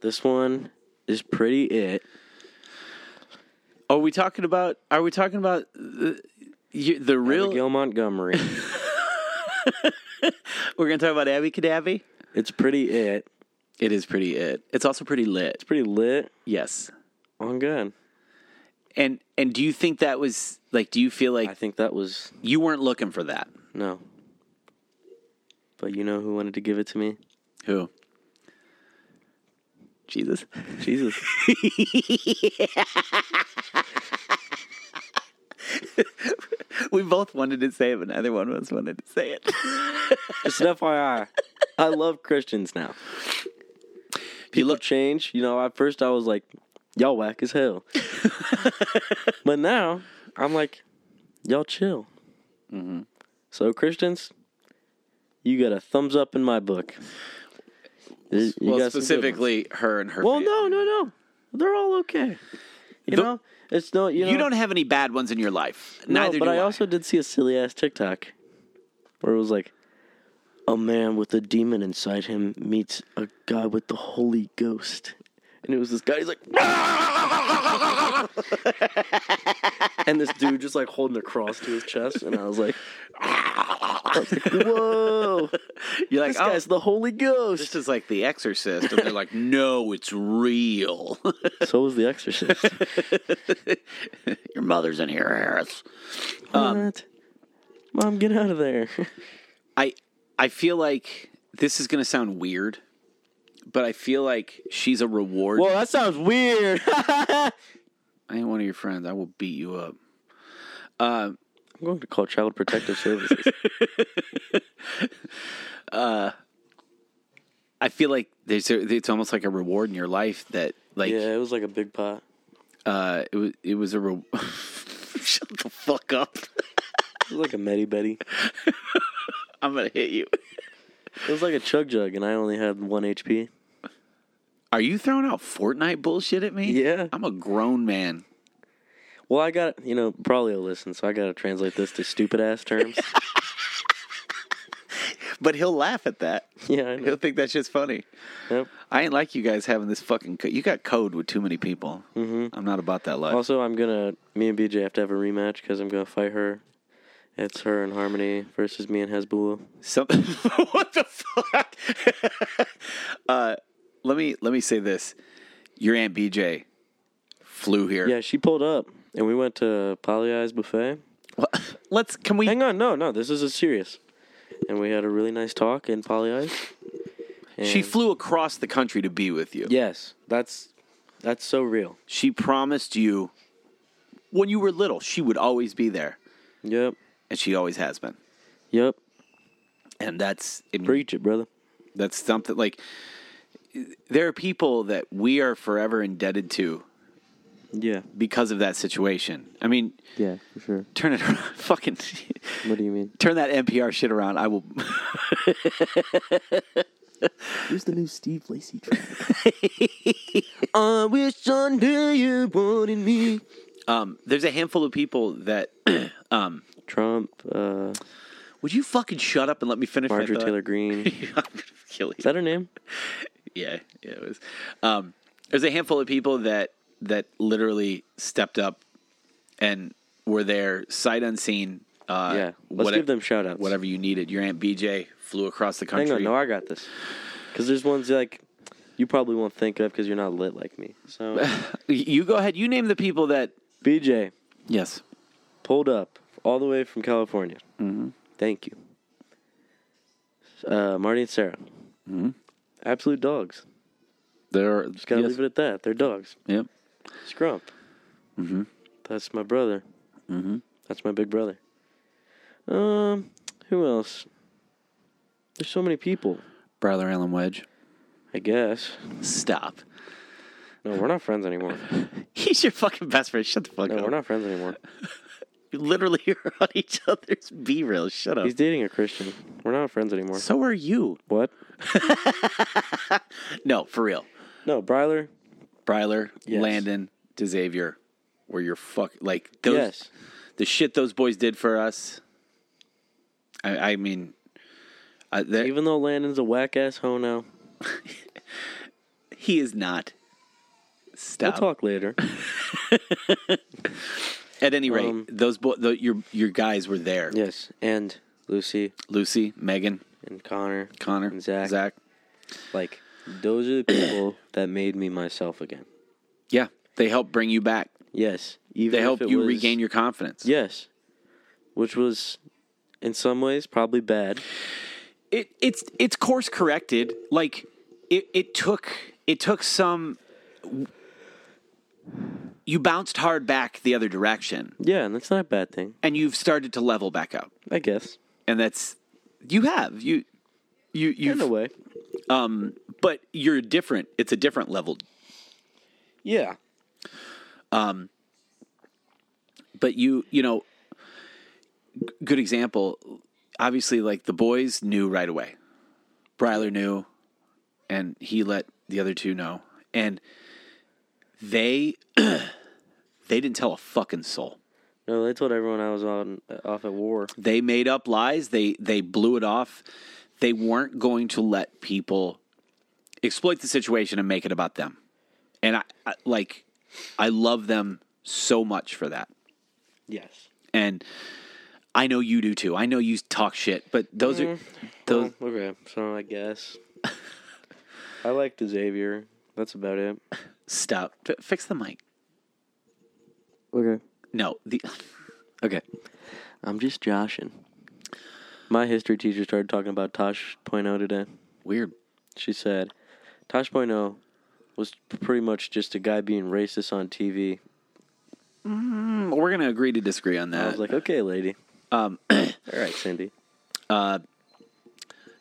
S2: This one is pretty it.
S1: Are we talking about are we talking about the, you- the real
S2: Abigail Montgomery.
S1: we're going to talk about Abby Cadabby?
S2: it's pretty it.
S1: It is pretty it. It's also pretty lit.
S2: Pretty lit.
S1: Yes.
S2: On good.
S1: And and do you think that was like? Do you feel like
S2: I think that was
S1: you weren't looking for that?
S2: no. But you know who wanted to give it to me?
S1: Who? Jesus.
S2: Jesus.
S1: We both wanted to say it, but neither one of us wanted to say it.
S2: Just an FYI. I love Christians now. People
S1: look-
S2: change. You know, at first I was like, y'all whack as hell. but now I'm like, y'all chill.
S1: Mm-hmm.
S2: So, Christians, you got a thumbs up in my book. You
S1: well,
S2: got some good ones.
S1: specifically her and her.
S2: Well,
S1: fam-
S2: no, no, no. They're all okay. You
S1: The-
S2: know, it's no, you know,
S1: you don't have any bad ones in your life.
S2: no,
S1: neither
S2: but
S1: do
S2: I also did see a silly ass TikTok where it was like a man with a demon inside him meets a guy with the Holy Ghost. And it was this guy, he's like, and this dude just like holding a cross to his chest. And I was like, I was like, whoa,
S1: You're like,
S2: this
S1: oh,
S2: guy's the Holy
S1: this
S2: Ghost.
S1: is like The Exorcist, and they're like, no, it's real.
S2: So was The Exorcist.
S1: your mother's in here, Harris.
S2: what? Mom, get out of there.
S1: I I feel like this is going to sound weird, but I feel like she's a reward.
S2: Well, that sounds weird. I'm
S1: I ain't one of your friends. I will beat you up.
S2: going to call Child Protective Services.
S1: I feel like there's a, it's almost like a reward in your life that like
S2: Yeah, it was like a big pot.
S1: uh it was it was a re- shut the fuck up.
S2: It was like a Medi Betty.
S1: I'm gonna hit you.
S2: It was like a chug jug, and I only had one HP.
S1: Are you throwing out Fortnite bullshit at me?
S2: Yeah.
S1: I'm a grown man.
S2: Well, I got you know probably will listen, so I got to translate this to stupid ass terms.
S1: But he'll laugh at that.
S2: yeah, I
S1: He'll
S2: know.
S1: think that shit's funny.
S2: Yep.
S1: I ain't like you guys having this fucking. Co- you got code with too many people. Mm-hmm. I'm not about that life.
S2: Also, I'm gonna me and BJ have to have a rematch because I'm gonna fight her It's her and Harmony versus me and Hezbollah.
S1: Some, what the fuck? uh, let me let me say this. Your aunt BJ flew here.
S2: Yeah, she pulled up, and we went to Polly Eyes Buffet.
S1: Let's can we
S2: Hang on, no, no, this is a serious. And we had a really nice talk in Polly Eyes.
S1: She
S2: And-
S1: flew across the country to be with you.
S2: Yes, that's that's so real.
S1: She promised you when you were little she would always be there,
S2: Yep,
S1: and she always has been.
S2: yep.
S1: And that's I mean,
S2: Preach it, brother.
S1: that's something like there are people that we are forever indebted to
S2: Yeah,
S1: because of that situation. I mean,
S2: yeah, for sure.
S1: turn it around, fucking
S2: What do you mean?
S1: turn that NPR shit around. I will
S2: Who's the new Steve Lacey track? I wish I knew you wanted me.
S1: um there's a handful of people that um
S2: Trump, uh,
S1: would you fucking shut up and let me finish my
S2: Marjorie
S1: thought?
S2: Taylor Green. Is
S1: I'm gonna kill you.
S2: that her name?
S1: yeah, yeah, it was. Um, there's a handful of people that that literally stepped up and were there sight unseen. Uh,
S2: yeah. Let's
S1: whate-
S2: give them shout outs.
S1: whatever you needed. Your aunt BJ flew across the country.
S2: Hang on, no, I got this. Because there's ones like you probably won't think of because you're not lit like me. So
S1: you go ahead. You name the people that.
S2: BJ
S1: Yes.
S2: pulled up all the way from California. Mm-hmm. Thank you, uh, Marty and Sarah. Mm-hmm. Absolute dogs.
S1: There.
S2: Just gotta leave it at that. They're dogs.
S1: Yep.
S2: Scrump. Mm-hmm. That's my brother. Mm-hmm. That's my big brother. Um, who else? There's so many people.
S1: Brother Allen Wedge.
S2: I guess.
S1: Stop.
S2: No, we're not friends anymore.
S1: He's your fucking best friend. Shut the fuck
S2: No,
S1: up.
S2: we're not friends anymore.
S1: You literally are on each other's B reels. Shut up.
S2: He's dating a Christian. We're not friends anymore.
S1: So are you.
S2: What?
S1: No, for real.
S2: No, Bryler.
S1: Bryler,
S2: Yes.
S1: Landon, DeXavier were your fuck like those
S2: yes.
S1: the shit those boys did for us. I, I mean, uh, that,
S2: Even though Landon's a whack ass hono,
S1: he is not.
S2: we'll
S1: Stop.
S2: talk later.
S1: At any rate,
S2: Um,
S1: those bo- the, your your guys were there.
S2: yes, and Lucy
S1: Lucy, Megan,
S2: and Connor,
S1: Connor,
S2: and Zach.
S1: Zach.
S2: Like those are the people that made me myself again.
S1: Yeah, they helped bring you back.
S2: Yes, even
S1: They
S2: if
S1: helped
S2: it
S1: you
S2: was-
S1: regain your confidence.
S2: Yes, which was in some ways probably bad.
S1: it it's it's course corrected. Like it it took it took some. You bounced hard back the other direction,
S2: Yeah, and that's not a bad thing,
S1: and you've started to level back up,
S2: I guess.
S1: and that's you have you you
S2: In a
S1: you.
S2: way.
S1: But you're different. It's a different level.
S2: Yeah.
S1: But you you know, g- good example. Obviously, like the boys knew right away. Bryler knew, and he let the other two know, and they they didn't tell a fucking soul.
S2: No, they told everyone I was on off at war.
S1: They made up lies. They they blew it off. They weren't going to let people exploit the situation and make it about them. And I, I like I love them so much for that.
S2: Yes.
S1: And I know you do too. I know you talk shit, but those are those
S2: Well, okay, so I guess I liked Xavier. That's about it.
S1: stop. F- fix the mic.
S2: Okay.
S1: No, the
S2: Okay. I'm just joshing. My history teacher started talking about Tosh.0 today.
S1: weird.
S2: She said Tosh.0 was pretty much just a guy being racist on TV.
S1: Mm, We're gonna agree to disagree on
S2: I
S1: that.
S2: was like, okay, lady. Um, all right, Cindy.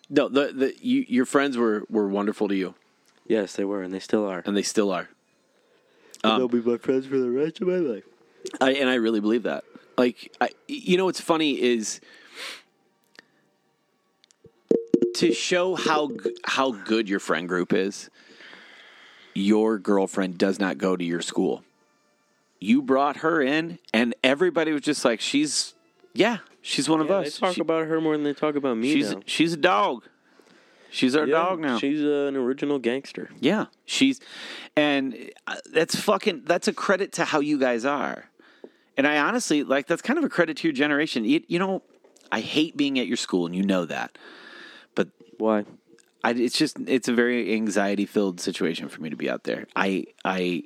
S1: no, the the you, your friends were were wonderful to you,
S2: Yes, they were, and they still are. Um,
S1: and they still are.
S2: They'll be my friends for the rest of my life.
S1: I, and I really believe that. Like, I, you know, what's funny is to show how g- how good your friend group is. Your girlfriend does not go to your school. You brought her in, and everybody was just like, "She's yeah, she's one of
S2: Yeah, they
S1: us.
S2: talk
S1: She-
S2: about her more than they talk about me
S1: she's
S2: now.
S1: she's a dog. She's our
S2: Yeah,
S1: dog now.
S2: She's uh, an original gangster.
S1: Yeah, she's, and uh, that's fucking. That's a credit to how you guys are, And I honestly like that's kind of a credit to your generation. You, you know, I hate being at your school, and you know that. But
S2: Why?
S1: I, it's just it's a very anxiety filled situation for me to be out there. I I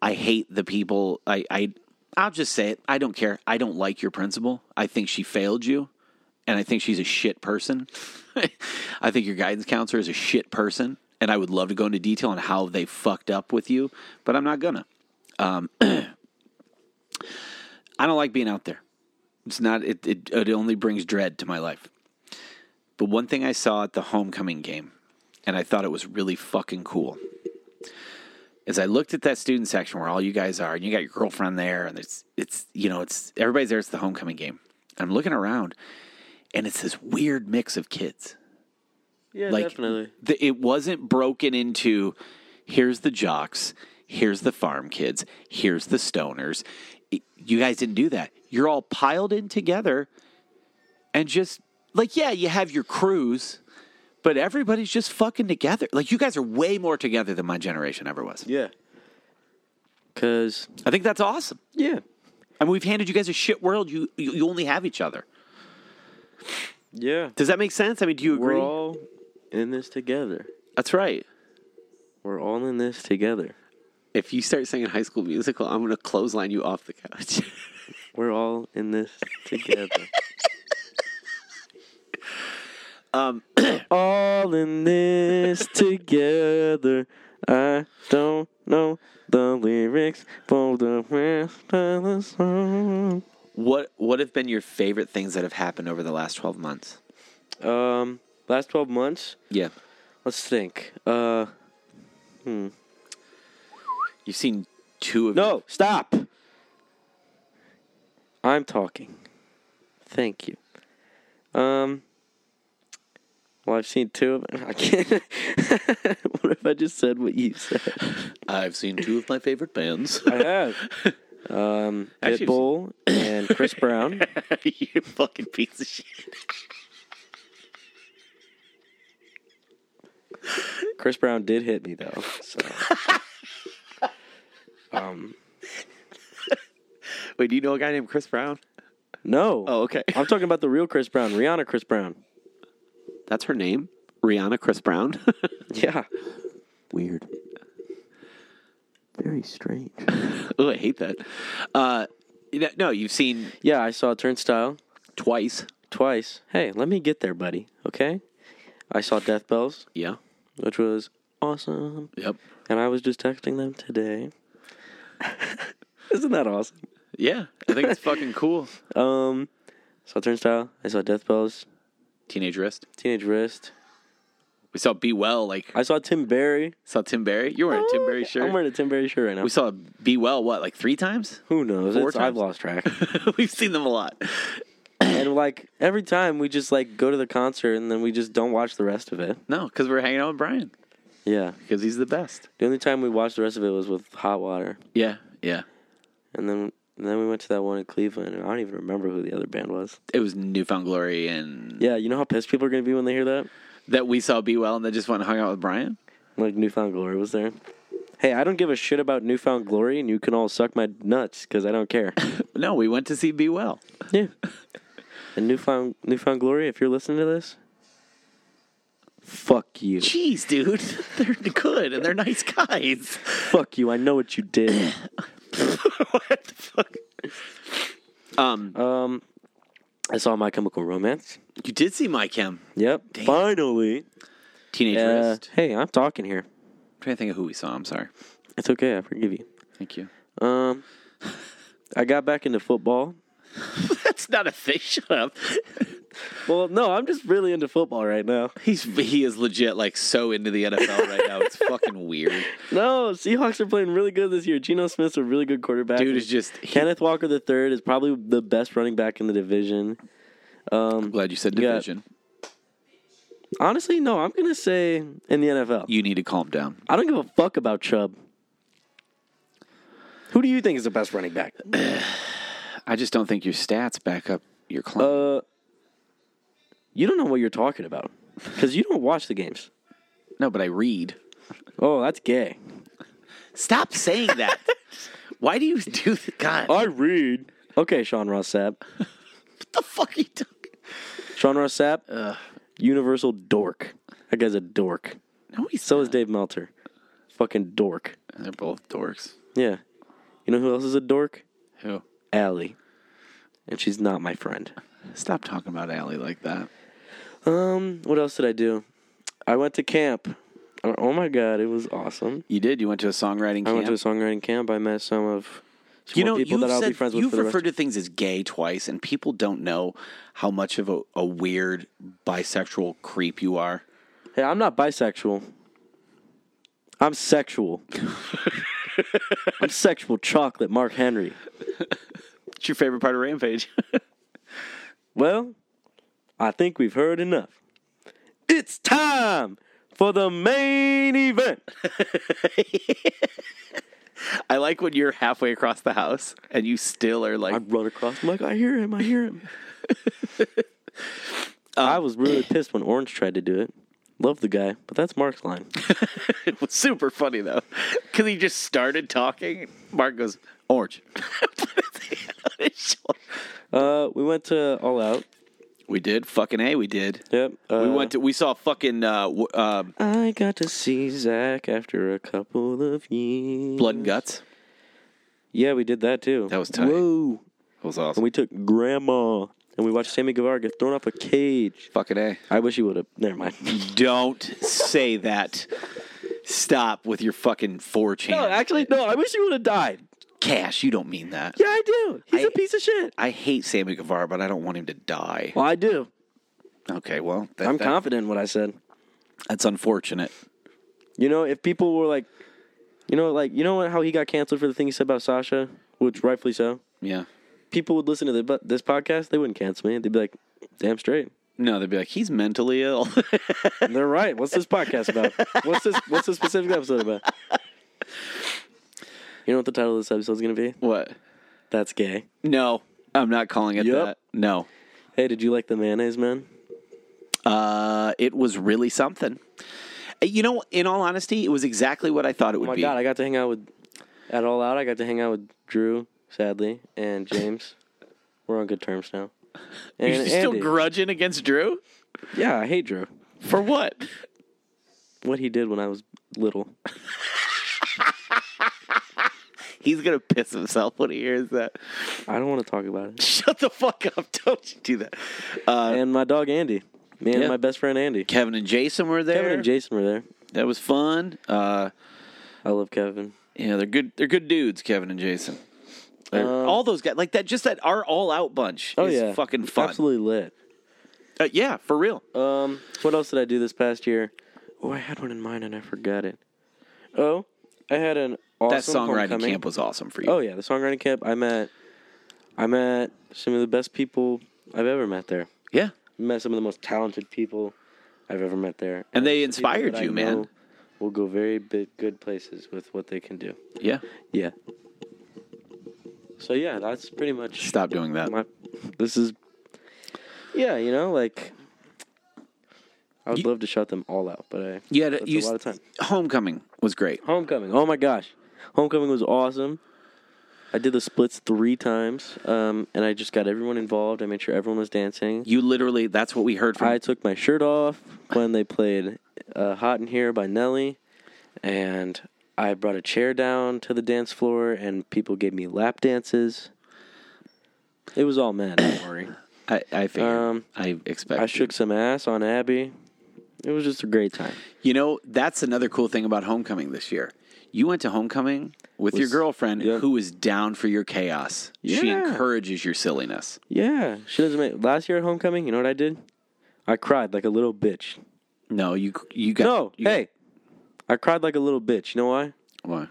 S1: I hate the people. I I I'll just say it. I don't care. I don't like your principal. I think she failed you, and I think she's a shit person. I think your guidance counselor is a shit person, and I would love to go into detail on how they fucked up with you, but I'm not gonna. Um, I don't like being out there. It's not. It, it it only brings dread to my life. But one thing I saw at the homecoming game, and I thought it was really fucking cool, is I looked at that student section where all you guys are, and you got your girlfriend there, and it's it's you know it's everybody's there. It's the homecoming game. I'm looking around, and it's this weird mix of kids.
S2: Yeah,
S1: Like
S2: definitely.
S1: The, it wasn't broken into here's the jocks, here's the farm kids, here's the stoners. It- you guys didn't do that. You're all piled in together and just like yeah, you have your crews, but everybody's just fucking together. Like you guys are way more together than my generation ever was.
S2: Yeah. Cause
S1: I think that's awesome.
S2: yeah,
S1: I mean, we've handed you guys a shit world. You you, you only have each other.
S2: yeah,
S1: Does that make sense? I mean, do you agree?
S2: we're all in this together.
S1: that's right.
S2: We're all in this together.
S1: If you start singing High School Musical, I'm going to clothesline you off the couch.
S2: We're all in this together. um, all in this together. I don't know the lyrics for the rest of the song.
S1: What what have been your favorite things that have happened over the last twelve months?
S2: Um, last twelve months.
S1: Yeah,
S2: Let's think. Uh,
S1: you've seen two of
S2: no, stop. I'm talking. Thank you. Um. Well, I've seen two of. I can't. what if I just said what you said?
S1: I've seen two of my favorite bands.
S2: I have. Um,
S1: Actually,
S2: Pitbull and Chris Brown.
S1: you fucking piece of shit.
S2: Chris Brown did hit me though. So. Um,
S1: Wait, do you know a guy named Chris Brown?
S2: no.
S1: Oh, okay.
S2: I'm talking about the real Chris Brown, Rihanna Chris Brown.
S1: That's her name, Rihanna Chris Brown.
S2: Yeah.
S1: Weird.
S2: Very strange.
S1: Oh, I hate that. Uh, you know- no, you've seen
S2: Yeah, I saw Turnstile
S1: twice.
S2: twice. Hey, let me get there, buddy. Okay. I saw Death Bells,
S1: Yeah.
S2: which was awesome,
S1: Yep.
S2: and I was just texting them today. Isn't that awesome?
S1: Yeah, I think it's fucking cool.
S2: Um, saw Turnstile. I saw Death Bells,
S1: Teenage Wrist.
S2: Teenage Wrist.
S1: We saw Be Well. Like
S2: I saw Tim Barry.
S1: saw Tim Berry. You're Oh, wearing a Tim Berry
S2: I'm
S1: shirt.
S2: wearing a Tim Barry shirt right now.
S1: we saw Be Well. What like three times?
S2: Who knows?
S1: Four
S2: It's, I've
S1: times?
S2: lost track.
S1: We've seen them a lot.
S2: and like every time we just like go to the concert and then we just don't watch the rest of it.
S1: No, because we're hanging out with Brian
S2: Yeah.
S1: because he's the best.
S2: The only time we watched the rest of it was with Hot Water.
S1: Yeah, yeah.
S2: And then and then we went to that one in Cleveland and I don't even remember who the other band was.
S1: It was Newfound Glory and
S2: Yeah, you know how pissed people are gonna be when they hear that?
S1: that we saw Be Well and then just went and hung out with Brian.
S2: Like Newfound Glory was there. Hey, I don't give a shit about Newfound Glory and you can all suck my nuts because I don't care.
S1: No, we went to see Be Well.
S2: yeah. And Newfound Newfound Glory, if you're listening to this, fuck you.
S1: Jeez, dude, they're good and they're nice guys.
S2: Fuck you. I know what you did.
S1: what the fuck? Um,
S2: um, I saw My Chemical Romance.
S1: you did see my chem
S2: Yep. Finally.
S1: teenage
S2: Uh,
S1: wrist.
S2: hey, I'm talking here.
S1: I'm trying to think of who we saw. I'm sorry.
S2: It's okay. I forgive you.
S1: Thank you.
S2: Um, I got back into football.
S1: That's not a thing. Shut up.
S2: Well, no, I'm just really into football right now.
S1: He's he is legit like so into the NFL right now. It's fucking weird.
S2: No, Seahawks are playing really good this year. Geno Smith's a really good quarterback.
S1: Dude is just. He,
S2: Kenneth Walker the third is probably the best running back in the division.
S1: I'm glad you said
S2: Yeah.
S1: division.
S2: Honestly, no, I'm gonna say in the NFL.
S1: You need to calm down.
S2: I don't give a fuck about Chubb. Who do you think is the best running back?
S1: I just don't think your stats back up your claim.
S2: Uh, you don't know what you're talking about because you don't watch the games.
S1: no, but I read.
S2: Oh, that's gay.
S1: Stop saying that. Why do you do th- God?
S2: I read. Okay, Sean Ross Sapp.
S1: What the fuck are you talking?
S2: Sean Ross Sapp, universal dork. That guy's a dork.
S1: No, he's
S2: So is Dave Melter. Fucking dork.
S1: They're both dorks.
S2: Yeah. You know who else is a dork?
S1: Who?
S2: Allie. And she's not my friend.
S1: Stop talking about Allie like that.
S2: Um, what else did I do? I went to camp. Oh, Oh my god, it was awesome.
S1: You did. You went to a songwriting camp.
S2: I went to a songwriting camp. I met some of some
S1: you
S2: more
S1: know,
S2: people
S1: you've,
S2: that I'll
S1: said,
S2: be friends with
S1: you've
S2: for the rest.
S1: referred to things as gay twice, and people don't know how much of a, a weird bisexual creep you are.
S2: hey, I'm not bisexual. I'm sexual. I'm sexual chocolate, Mark Henry.
S1: It's your favorite part of Rampage.
S2: Well, I think we've heard enough. It's time for the main event.
S1: I like when you're halfway across the house and you still are like,
S2: I run across. I'm like, I hear him. I hear him. Um, I was really pissed when Orange tried to do it. Love the guy, but that's Mark's line.
S1: it was super funny though, because he just started talking. Mark goes, Orange. Put his hand on his shoulder.
S2: Uh, we went to All Out.
S1: we did. Fucking A, we did.
S2: Yep. Uh,
S1: We went to, we saw fucking uh, w- uh,
S2: I got to see Zach after a couple of years.
S1: Blood and Guts.
S2: Yeah, we did that too.
S1: That was tight.
S2: Whoa.
S1: That was
S2: And
S1: awesome.
S2: we took Grandma and we watched Sammy Guevara get thrown off a cage.
S1: fucking A.
S2: I wish he would have. Never mind.
S1: Don't say that. Stop with your fucking 4chan.
S2: No, actually, no. I wish he would have died.
S1: Cash, you don't mean that.
S2: Yeah, I do. He's
S1: I-
S2: a piece of shit.
S1: I hate Sammy Guevara, but I don't want him to die.
S2: Well, I do.
S1: Okay, well, that,
S2: I'm
S1: that-
S2: confident in what I said.
S1: that's unfortunate.
S2: You know, if people were like, you know, like you know what, how he got canceled for the thing he said about Sasha, which rightfully so.
S1: Yeah.
S2: People would listen to the, but this podcast, they wouldn't cancel me. They'd be like, "Damn straight,
S1: No, they'd be like, he's mentally ill.
S2: And they're right." What's this podcast about? What's this? What's this specific episode about? You know what the title of this episode is going to be?
S1: what?
S2: That's gay.
S1: No, I'm not calling it
S2: Yep.
S1: that. No.
S2: Hey, did you like the mayonnaise man?
S1: Uh, it was really something. Uh, You know, in all honesty, it was exactly what I thought it would
S2: Oh my
S1: be.
S2: god, I got to hang out with at all out. I got to hang out with Drew, sadly, and James. We're on good terms now. And
S1: You're still
S2: Andy.
S1: grudging against Drew?
S2: yeah, I hate Drew.
S1: For what?
S2: What he did when I was little.
S1: He's going to piss himself when he hears that.
S2: I don't want to talk about it.
S1: Shut the fuck up. Don't you do that. Uh,
S2: And my dog Andy. Me and
S1: Yeah.
S2: my best friend Andy.
S1: Kevin and Jason were there.
S2: Kevin and Jason were there.
S1: That was fun. Uh,
S2: I love Kevin.
S1: you know, they're good. They're good dudes, Kevin and Jason. They're-
S2: Um,
S1: all those guys, like that, just that our all out bunch
S2: Oh
S1: is
S2: yeah.
S1: fucking fun.
S2: Absolutely lit.
S1: Uh, yeah, for real.
S2: Um what else did I do this past year? Oh, I had one in mind and I forgot it. Oh, I had an awesome
S1: that songwriting
S2: homecoming.
S1: camp was awesome for you.
S2: Oh yeah, the songwriting camp. I met I met some of the best people I've ever met there.
S1: yeah.
S2: Met some of the most talented people I've ever met there.
S1: And they
S2: the people that
S1: inspired
S2: I
S1: you,
S2: know
S1: man.
S2: Will go very big, good places with what they can do.
S1: Yeah.
S2: Yeah. So yeah, that's pretty much
S1: Stop doing that.
S2: my. This is. Yeah, you know, like. I would
S1: You-
S2: love to shut them all out, but I.
S1: You had
S2: that's
S1: a, you,
S2: a lot of time.
S1: Homecoming was great.
S2: Homecoming. Oh my gosh, homecoming was awesome. I did the splits three times, um, and I just got everyone involved. I made sure everyone was dancing.
S1: You literally, that's what we heard from.
S2: I took my shirt off when they played uh, "Hot in Here" by Nelly, and I brought a chair down to the dance floor, and people gave me lap dances. It was all men. Don't worry.
S1: I, I figured.
S2: Um,
S1: I expect.
S2: I shook some ass on Abby. It was just a great time.
S1: You know, that's another cool thing about homecoming this year. You went to homecoming with your girlfriend,
S2: yeah.
S1: who is down for your chaos. She
S2: Yeah.
S1: encourages your silliness.
S2: Yeah, she doesn't make. Last year at homecoming, you know what I did? I cried like a little bitch.
S1: No, you you got
S2: No,
S1: you got-
S2: hey, I cried like a little bitch. You know why?
S1: Why?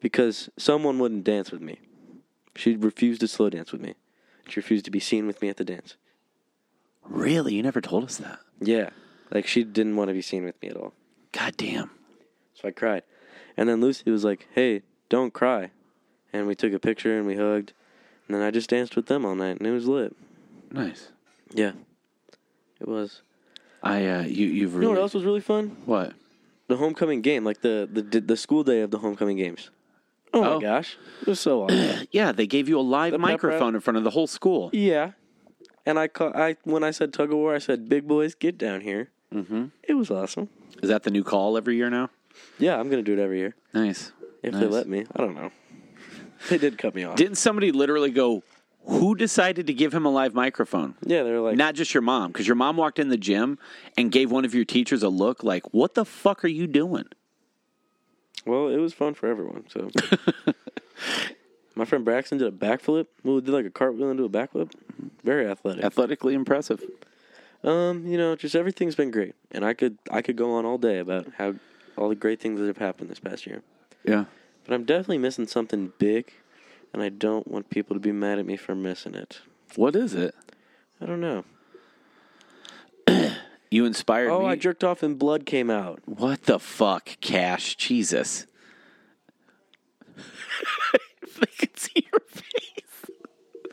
S2: Because someone wouldn't dance with me. She refused to slow dance with me. She refused to be seen with me at the dance.
S1: Really? You never told us that.
S2: Yeah, like she didn't want to be seen with me at all.
S1: God damn.
S2: So I cried, and then Lucy was like, "Hey, don't cry," and we took a picture and we hugged, and then I just danced with them all night, and it was lit.
S1: Nice.
S2: Yeah, it was.
S1: I uh you you've
S2: You
S1: really
S2: know what else was really fun?
S1: what?
S2: The homecoming game, like the the the school day of the homecoming games. Oh, my gosh, it was so awesome.
S1: Yeah, they gave you a live
S2: pep rally?
S1: microphone in front of the whole school.
S2: yeah, and I call I when I said tug of war, I said big boys get down here. Mm-hmm. It was awesome.
S1: Is that the new call every year now?
S2: Yeah, I'm gonna do it every year
S1: Nice.
S2: if they
S1: Nice.
S2: let me. I don't know. They did cut me off.
S1: Didn't somebody literally go, who decided to give him a live microphone?
S2: yeah, they were like,
S1: Not just your mom, because your mom walked in the gym and gave one of your teachers a look like, what the fuck are you doing?
S2: well, it was fun for everyone. So. My friend Braxton did a backflip. Well, did like a cartwheel and do a backflip. Very athletic.
S1: Athletically impressive.
S2: Um, you know, just everything's been great, and I could I could go on all day about how all the great things that have happened this past year.
S1: Yeah.
S2: But I'm definitely missing something big, and I don't want people to be mad at me for missing it.
S1: What is it?
S2: I don't know.
S1: You inspired
S2: Oh,
S1: me.
S2: I jerked off and blood came out.
S1: What the fuck, Cash? Jesus. if they could see your face.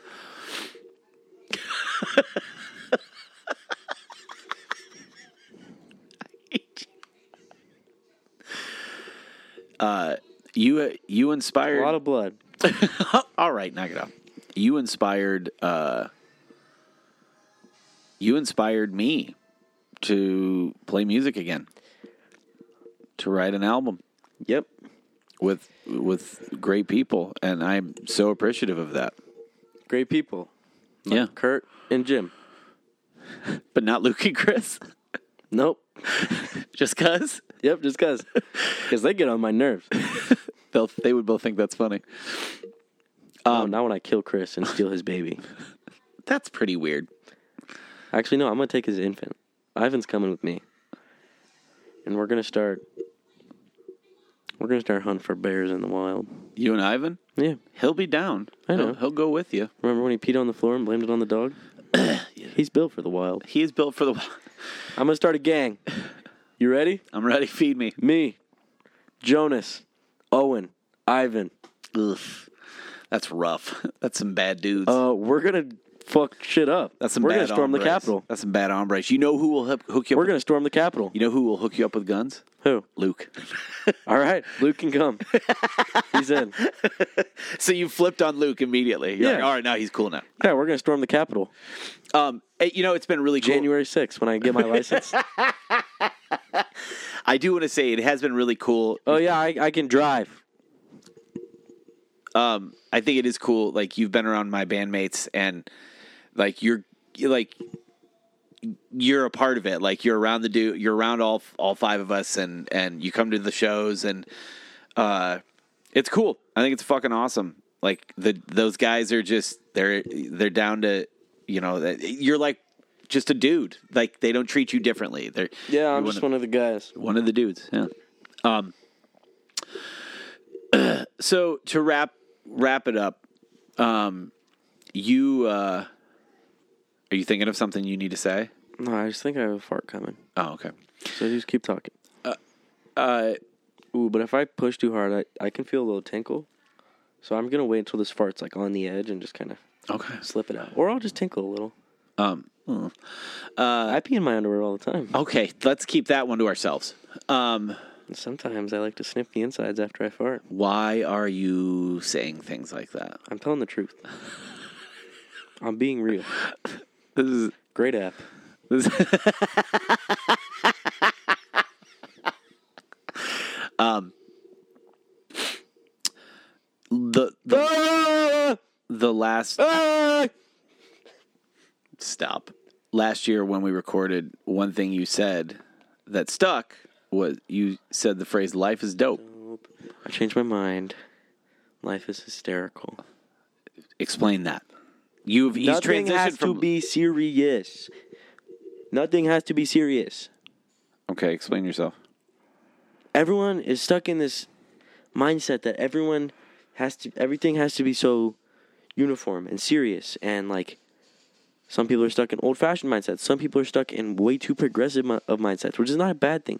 S1: I hate you. Uh, you you
S2: A
S1: inspired
S2: lot of blood.
S1: all right, knock it off. You inspired uh you inspired me to play music again. To write an album
S2: Yep.
S1: with with great people and I'm so appreciative of that.
S2: Great people.
S1: Yeah.
S2: Kurt and Jim.
S1: But not Luke and Chris
S2: Nope.
S1: just cuz
S2: Yep, just cause. Cause they get on my nerves.
S1: they they would both think that's funny.
S2: Oh, not when I kill Chris and steal his baby.
S1: That's pretty weird.
S2: Actually, no, I'm gonna take his infant. Ivan's coming with me, and we're gonna start. We're gonna start hunting for bears in the wild.
S1: You and Ivan?
S2: Yeah,
S1: He'll be down.
S2: I know.
S1: He'll, he'll go with you.
S2: remember when he peed on the floor and blamed it on the dog? He's built for the wild.
S1: He is built for the
S2: I'm gonna start a gang. You ready?
S1: I'm ready, feed me.
S2: Me, Jonas, Owen, Ivan.
S1: Ugh. That's rough. That's some bad dudes.
S2: Uh, we're gonna fuck shit up.
S1: That's some
S2: we're
S1: bad
S2: gonna storm the
S1: hombres.
S2: Capitol.
S1: That's some bad hombres. You know who will hook, hook you up?
S2: We're
S1: with-
S2: gonna storm the Capitol.
S1: you know who will hook you up with guns?
S2: Who?
S1: Luke.
S2: All right, Luke can come. He's in.
S1: so you flipped on Luke immediately. You're
S2: Yeah.
S1: like, all right, now he's cool now.
S2: Yeah, we're gonna storm the Capitol.
S1: Um, eh, you know, it's been really cool.
S2: January 6th when I get my license.
S1: I do want to say it has been really cool.
S2: oh yeah, I, I can drive.
S1: Um, I think it is cool. Like you've been around my bandmates, and like you're you're, like you're a part of it. Like you're around the dude. You're around all all five of us, and and you come to the shows, and uh, it's cool. I think it's fucking awesome. Like the those guys are just they're they're down to you know that- you're like just a dude. Like they don't treat you differently. They're
S2: Yeah, I'm
S1: you're
S2: just
S1: one
S2: one of the guys.
S1: of, one of the dudes. Yeah. Um. so to wrap wrap it up, um, you uh, are you thinking of something you need to say?
S2: No, I just think I have a fart coming.
S1: Oh, okay.
S2: So just keep talking.
S1: Uh,
S2: Ooh, but if I push too hard, I, I can feel a little tinkle. So I'm gonna wait until this fart's like on the edge and just kind of
S1: okay.
S2: slip it out, or I'll just tinkle a little.
S1: Um.
S2: I pee in my underwear all the time.
S1: Okay. Let's keep that one to ourselves. Um.
S2: And Sometimes I like to sniff the insides after I fart.
S1: Why are you saying things like that?
S2: I'm telling the truth. I'm being real.
S1: This is
S2: Great app.
S1: this. um. The the
S2: Ah!
S1: the last
S2: Ah!
S1: stop. Last year when we recorded, one thing you said that stuck was you said the phrase "life is dope."
S2: I changed my mind. Life is hysterical.
S1: Explain that. You've he's
S2: Nothing
S1: transitioned
S2: has
S1: from
S2: to be serious. Nothing has to be serious.
S1: okay. Explain yourself.
S2: Everyone is stuck in this mindset that everyone has to everything has to be so uniform and serious and like some people are stuck in old-fashioned mindsets. Some people are stuck in way too progressive mi- of mindsets, which is not a bad thing.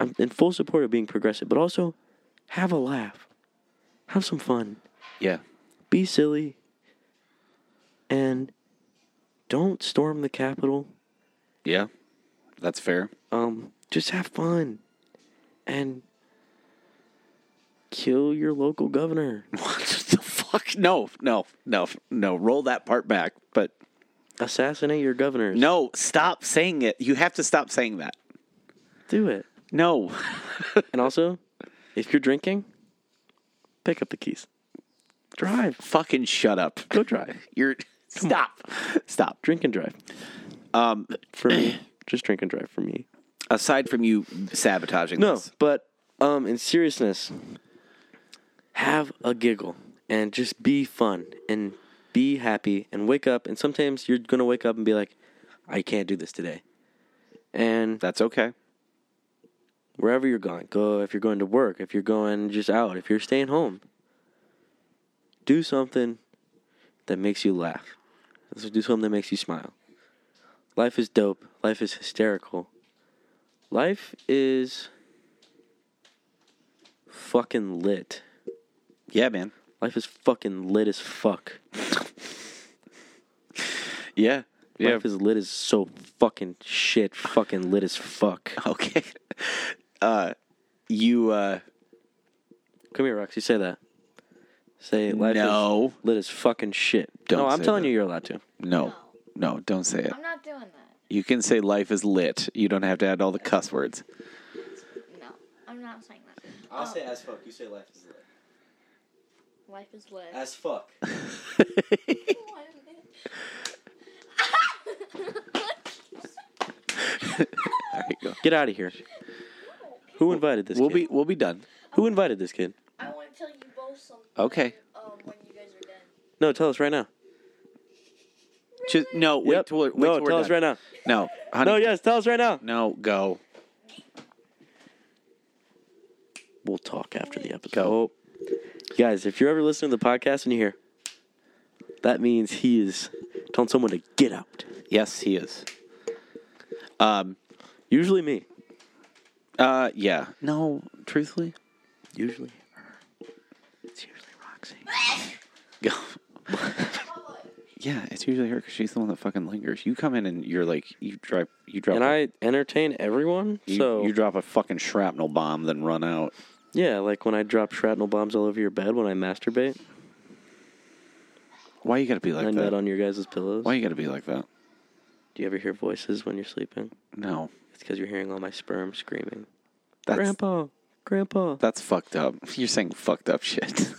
S2: I'm in full support of being progressive, but also have a laugh. Have some fun.
S1: Yeah.
S2: be silly and don't storm the capitol
S1: Yeah. That's fair.
S2: um just have fun and kill your local governor.
S1: What the fuck? No, no, no, no. Roll that part back. But
S2: Assassinate your governors.
S1: no, stop saying it. You have to stop saying that.
S2: Do it.
S1: No.
S2: And also, if you're drinking, pick up the keys. Drive.
S1: Fucking shut up.
S2: Go drive.
S1: You're stop. Stop.
S2: Drink and drive.
S1: Um
S2: For me. Just drink and drive for me.
S1: aside from you sabotaging
S2: No,
S1: this.
S2: but um, in seriousness, have a giggle and just be fun and be happy and wake up. And sometimes you're gonna wake up and be like, I can't do this today. And
S1: That's okay.
S2: wherever you're going, go if you're going to work, if you're going just out, if you're staying home, do something that makes you laugh. Let's Do something that makes you smile. Life is dope. Life is hysterical. Life is fucking lit.
S1: Yeah, man.
S2: Life is fucking lit as fuck.
S1: Yeah. Yeah.
S2: Life is lit as so fucking shit. Fucking lit as fuck.
S1: okay. Uh you uh
S2: Come here, Roxy. Say that. Say life
S1: No.
S2: is lit as fucking shit.
S1: Don't
S2: no, I'm
S1: say
S2: telling
S1: that.
S2: you, you're allowed to.
S1: no. No, don't say it.
S3: I'm not doing that.
S1: You can say life is lit. You don't have to add all the cuss words.
S3: No, I'm not saying that.
S2: I'll say as fuck. You say life is lit.
S3: Life is lit.
S2: As fuck.
S1: All right, go.
S2: Get out of here. Who invited this
S1: We'll
S2: kid?
S1: be we'll be done.
S2: Who invited this kid?
S3: I want to tell you both something.
S1: Okay.
S3: Um, when you guys are done.
S2: No, tell us right now.
S1: Just no, wait
S2: Yep.
S1: till we're, wait
S2: no,
S1: till we're
S2: tell us
S1: done.
S2: right now.
S1: No, honey.
S2: No, yes, tell us right now.
S1: No, go.
S2: We'll talk after the episode.
S1: Go.
S2: Guys, if you're ever listening to the podcast and you hear, that means he is telling someone to get out.
S1: Yes, he is. Um
S2: Usually me.
S1: uh yeah. No, truthfully.
S2: Usually her. It's usually Roxy.
S1: Go. yeah, it's usually her because she's the one that fucking lingers. You come in and you're like, you drop, you drop,
S2: And
S1: a-
S2: I entertain everyone.
S1: you,
S2: so
S1: you drop a fucking shrapnel bomb, then run out.
S2: yeah, like when I drop shrapnel bombs all over your bed when I masturbate,
S1: Why you gotta be like
S2: I nut
S1: that?
S2: on your guys' pillows.
S1: Why you gotta be like that?
S2: Do you ever hear voices when you're sleeping?
S1: No,
S2: It's because you're hearing all my sperm screaming.
S1: that's
S2: grandpa, grandpa,
S1: that's fucked up. You're saying fucked up shit.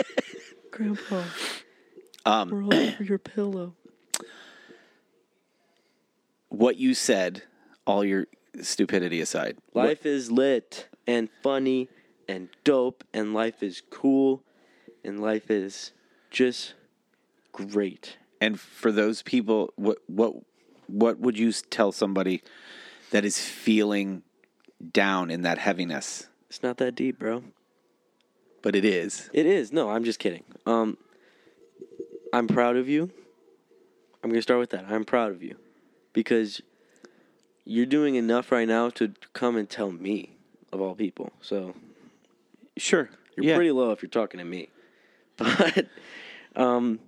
S2: grandpa,
S1: um,
S2: we're all over your pillow.
S1: what you said, all your stupidity aside,
S2: Life is lit and funny and dope, and life is cool, and life is just great.
S1: and for those people, what what what would you s- tell somebody that is feeling down in that heaviness?
S2: It's not that deep, bro.
S1: But it is.
S2: It is. No, I'm just kidding. Um, I'm proud of you. I'm gonna start with that. I'm proud of you because you're doing enough right now to come and tell me of all people. So
S1: Sure.
S2: You're
S1: yeah.
S2: pretty low if you're talking to me. But um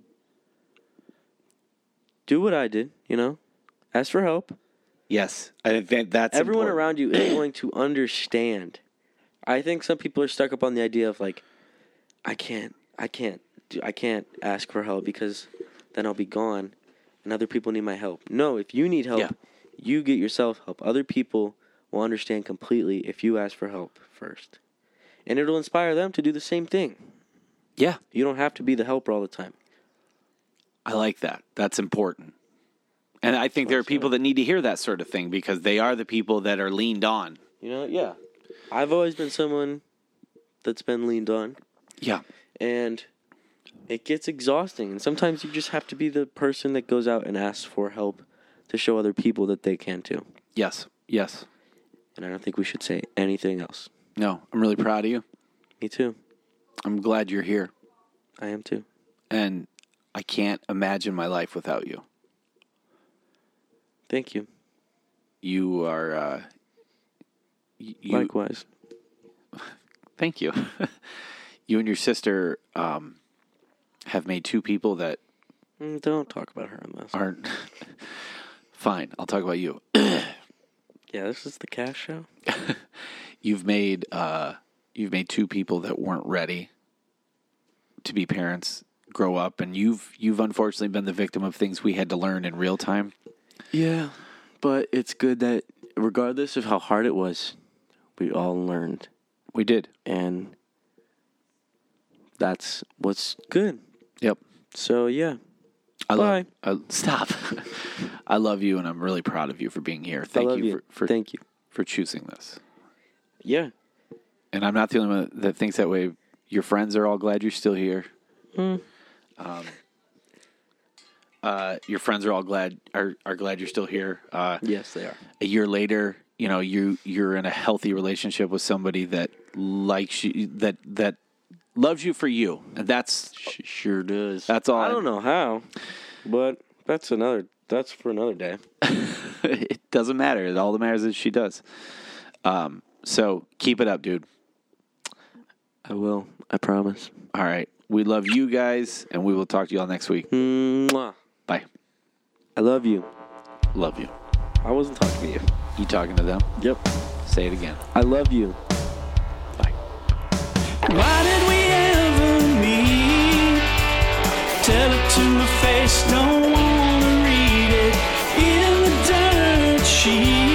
S2: do what I did, you know? Ask for help.
S1: Yes, I think that's
S2: Everyone
S1: important.
S2: around you is going to understand. I think some people are stuck up on the idea of like I can't I can't do I can't ask for help because then I'll be gone and other people need my help. No, if you need help,
S1: Yeah.
S2: you get yourself help. Other people will understand completely if you ask for help first. And it'll inspire them to do the same thing.
S1: Yeah,
S2: You don't have to be the helper all the time.
S1: I like that. That's important. And I think there are people that need to hear that sort of thing because they are the people that are leaned on.
S2: You know, yeah. I've always been someone that's been leaned on
S1: Yeah.
S2: and it gets exhausting and sometimes you just have to be the person that goes out and asks for help to show other people that they can too.
S1: Yes. Yes.
S2: And I don't think we should say anything else.
S1: No, I'm really proud of you.
S2: Me too.
S1: I'm glad you're here.
S2: I am too.
S1: And I can't imagine my life without you.
S2: Thank you.
S1: You are, uh, y- you,
S2: Likewise.
S1: thank you. you and your sister, um, have made two people that
S2: Mm, Don't talk about her on this.
S1: aren't fine. I'll talk about you.
S2: Yeah, this is the cash show.
S1: You've made, uh, You've made two people that weren't ready to be parents grow up, and you've you've unfortunately been the victim of things we had to learn in real time.
S2: Yeah, but it's good that regardless of how hard it was, we all learned,
S1: We did.
S2: and that's what's good.
S1: Yep.
S2: So yeah,
S1: I
S2: Bye.
S1: Love, uh, stop. I love you, and I'm really proud of you for being here. Thank
S2: I love you.
S1: for, for
S2: Thank you.
S1: for choosing this.
S2: Yeah.
S1: And I'm not the only one that thinks that way. Your friends are all glad you're still here. Um, uh, your friends are all glad are are glad you're still here. Uh,
S2: Yes, they are.
S1: a year later, you know, you you're in a healthy relationship with somebody that likes you, that that loves you for you, and that's
S2: Sure does.
S1: That's all
S2: I
S1: I-
S2: don't know how, but that's another. That's for another day.
S1: it doesn't matter. All that matters is she does. Um, so keep it up, dude.
S2: I will. I promise.
S1: All right, we love you guys, and we will talk to you all next week.
S2: Hmm. Mwah.
S1: Bye.
S2: I love you.
S1: Love you.
S2: I wasn't talking to you.
S1: You talking to them?
S2: Yep.
S1: Say it again.
S2: I love you.
S1: Bye.
S4: Why did we ever meet? Tell it to my face, don't wanna read it in the dirt sheet.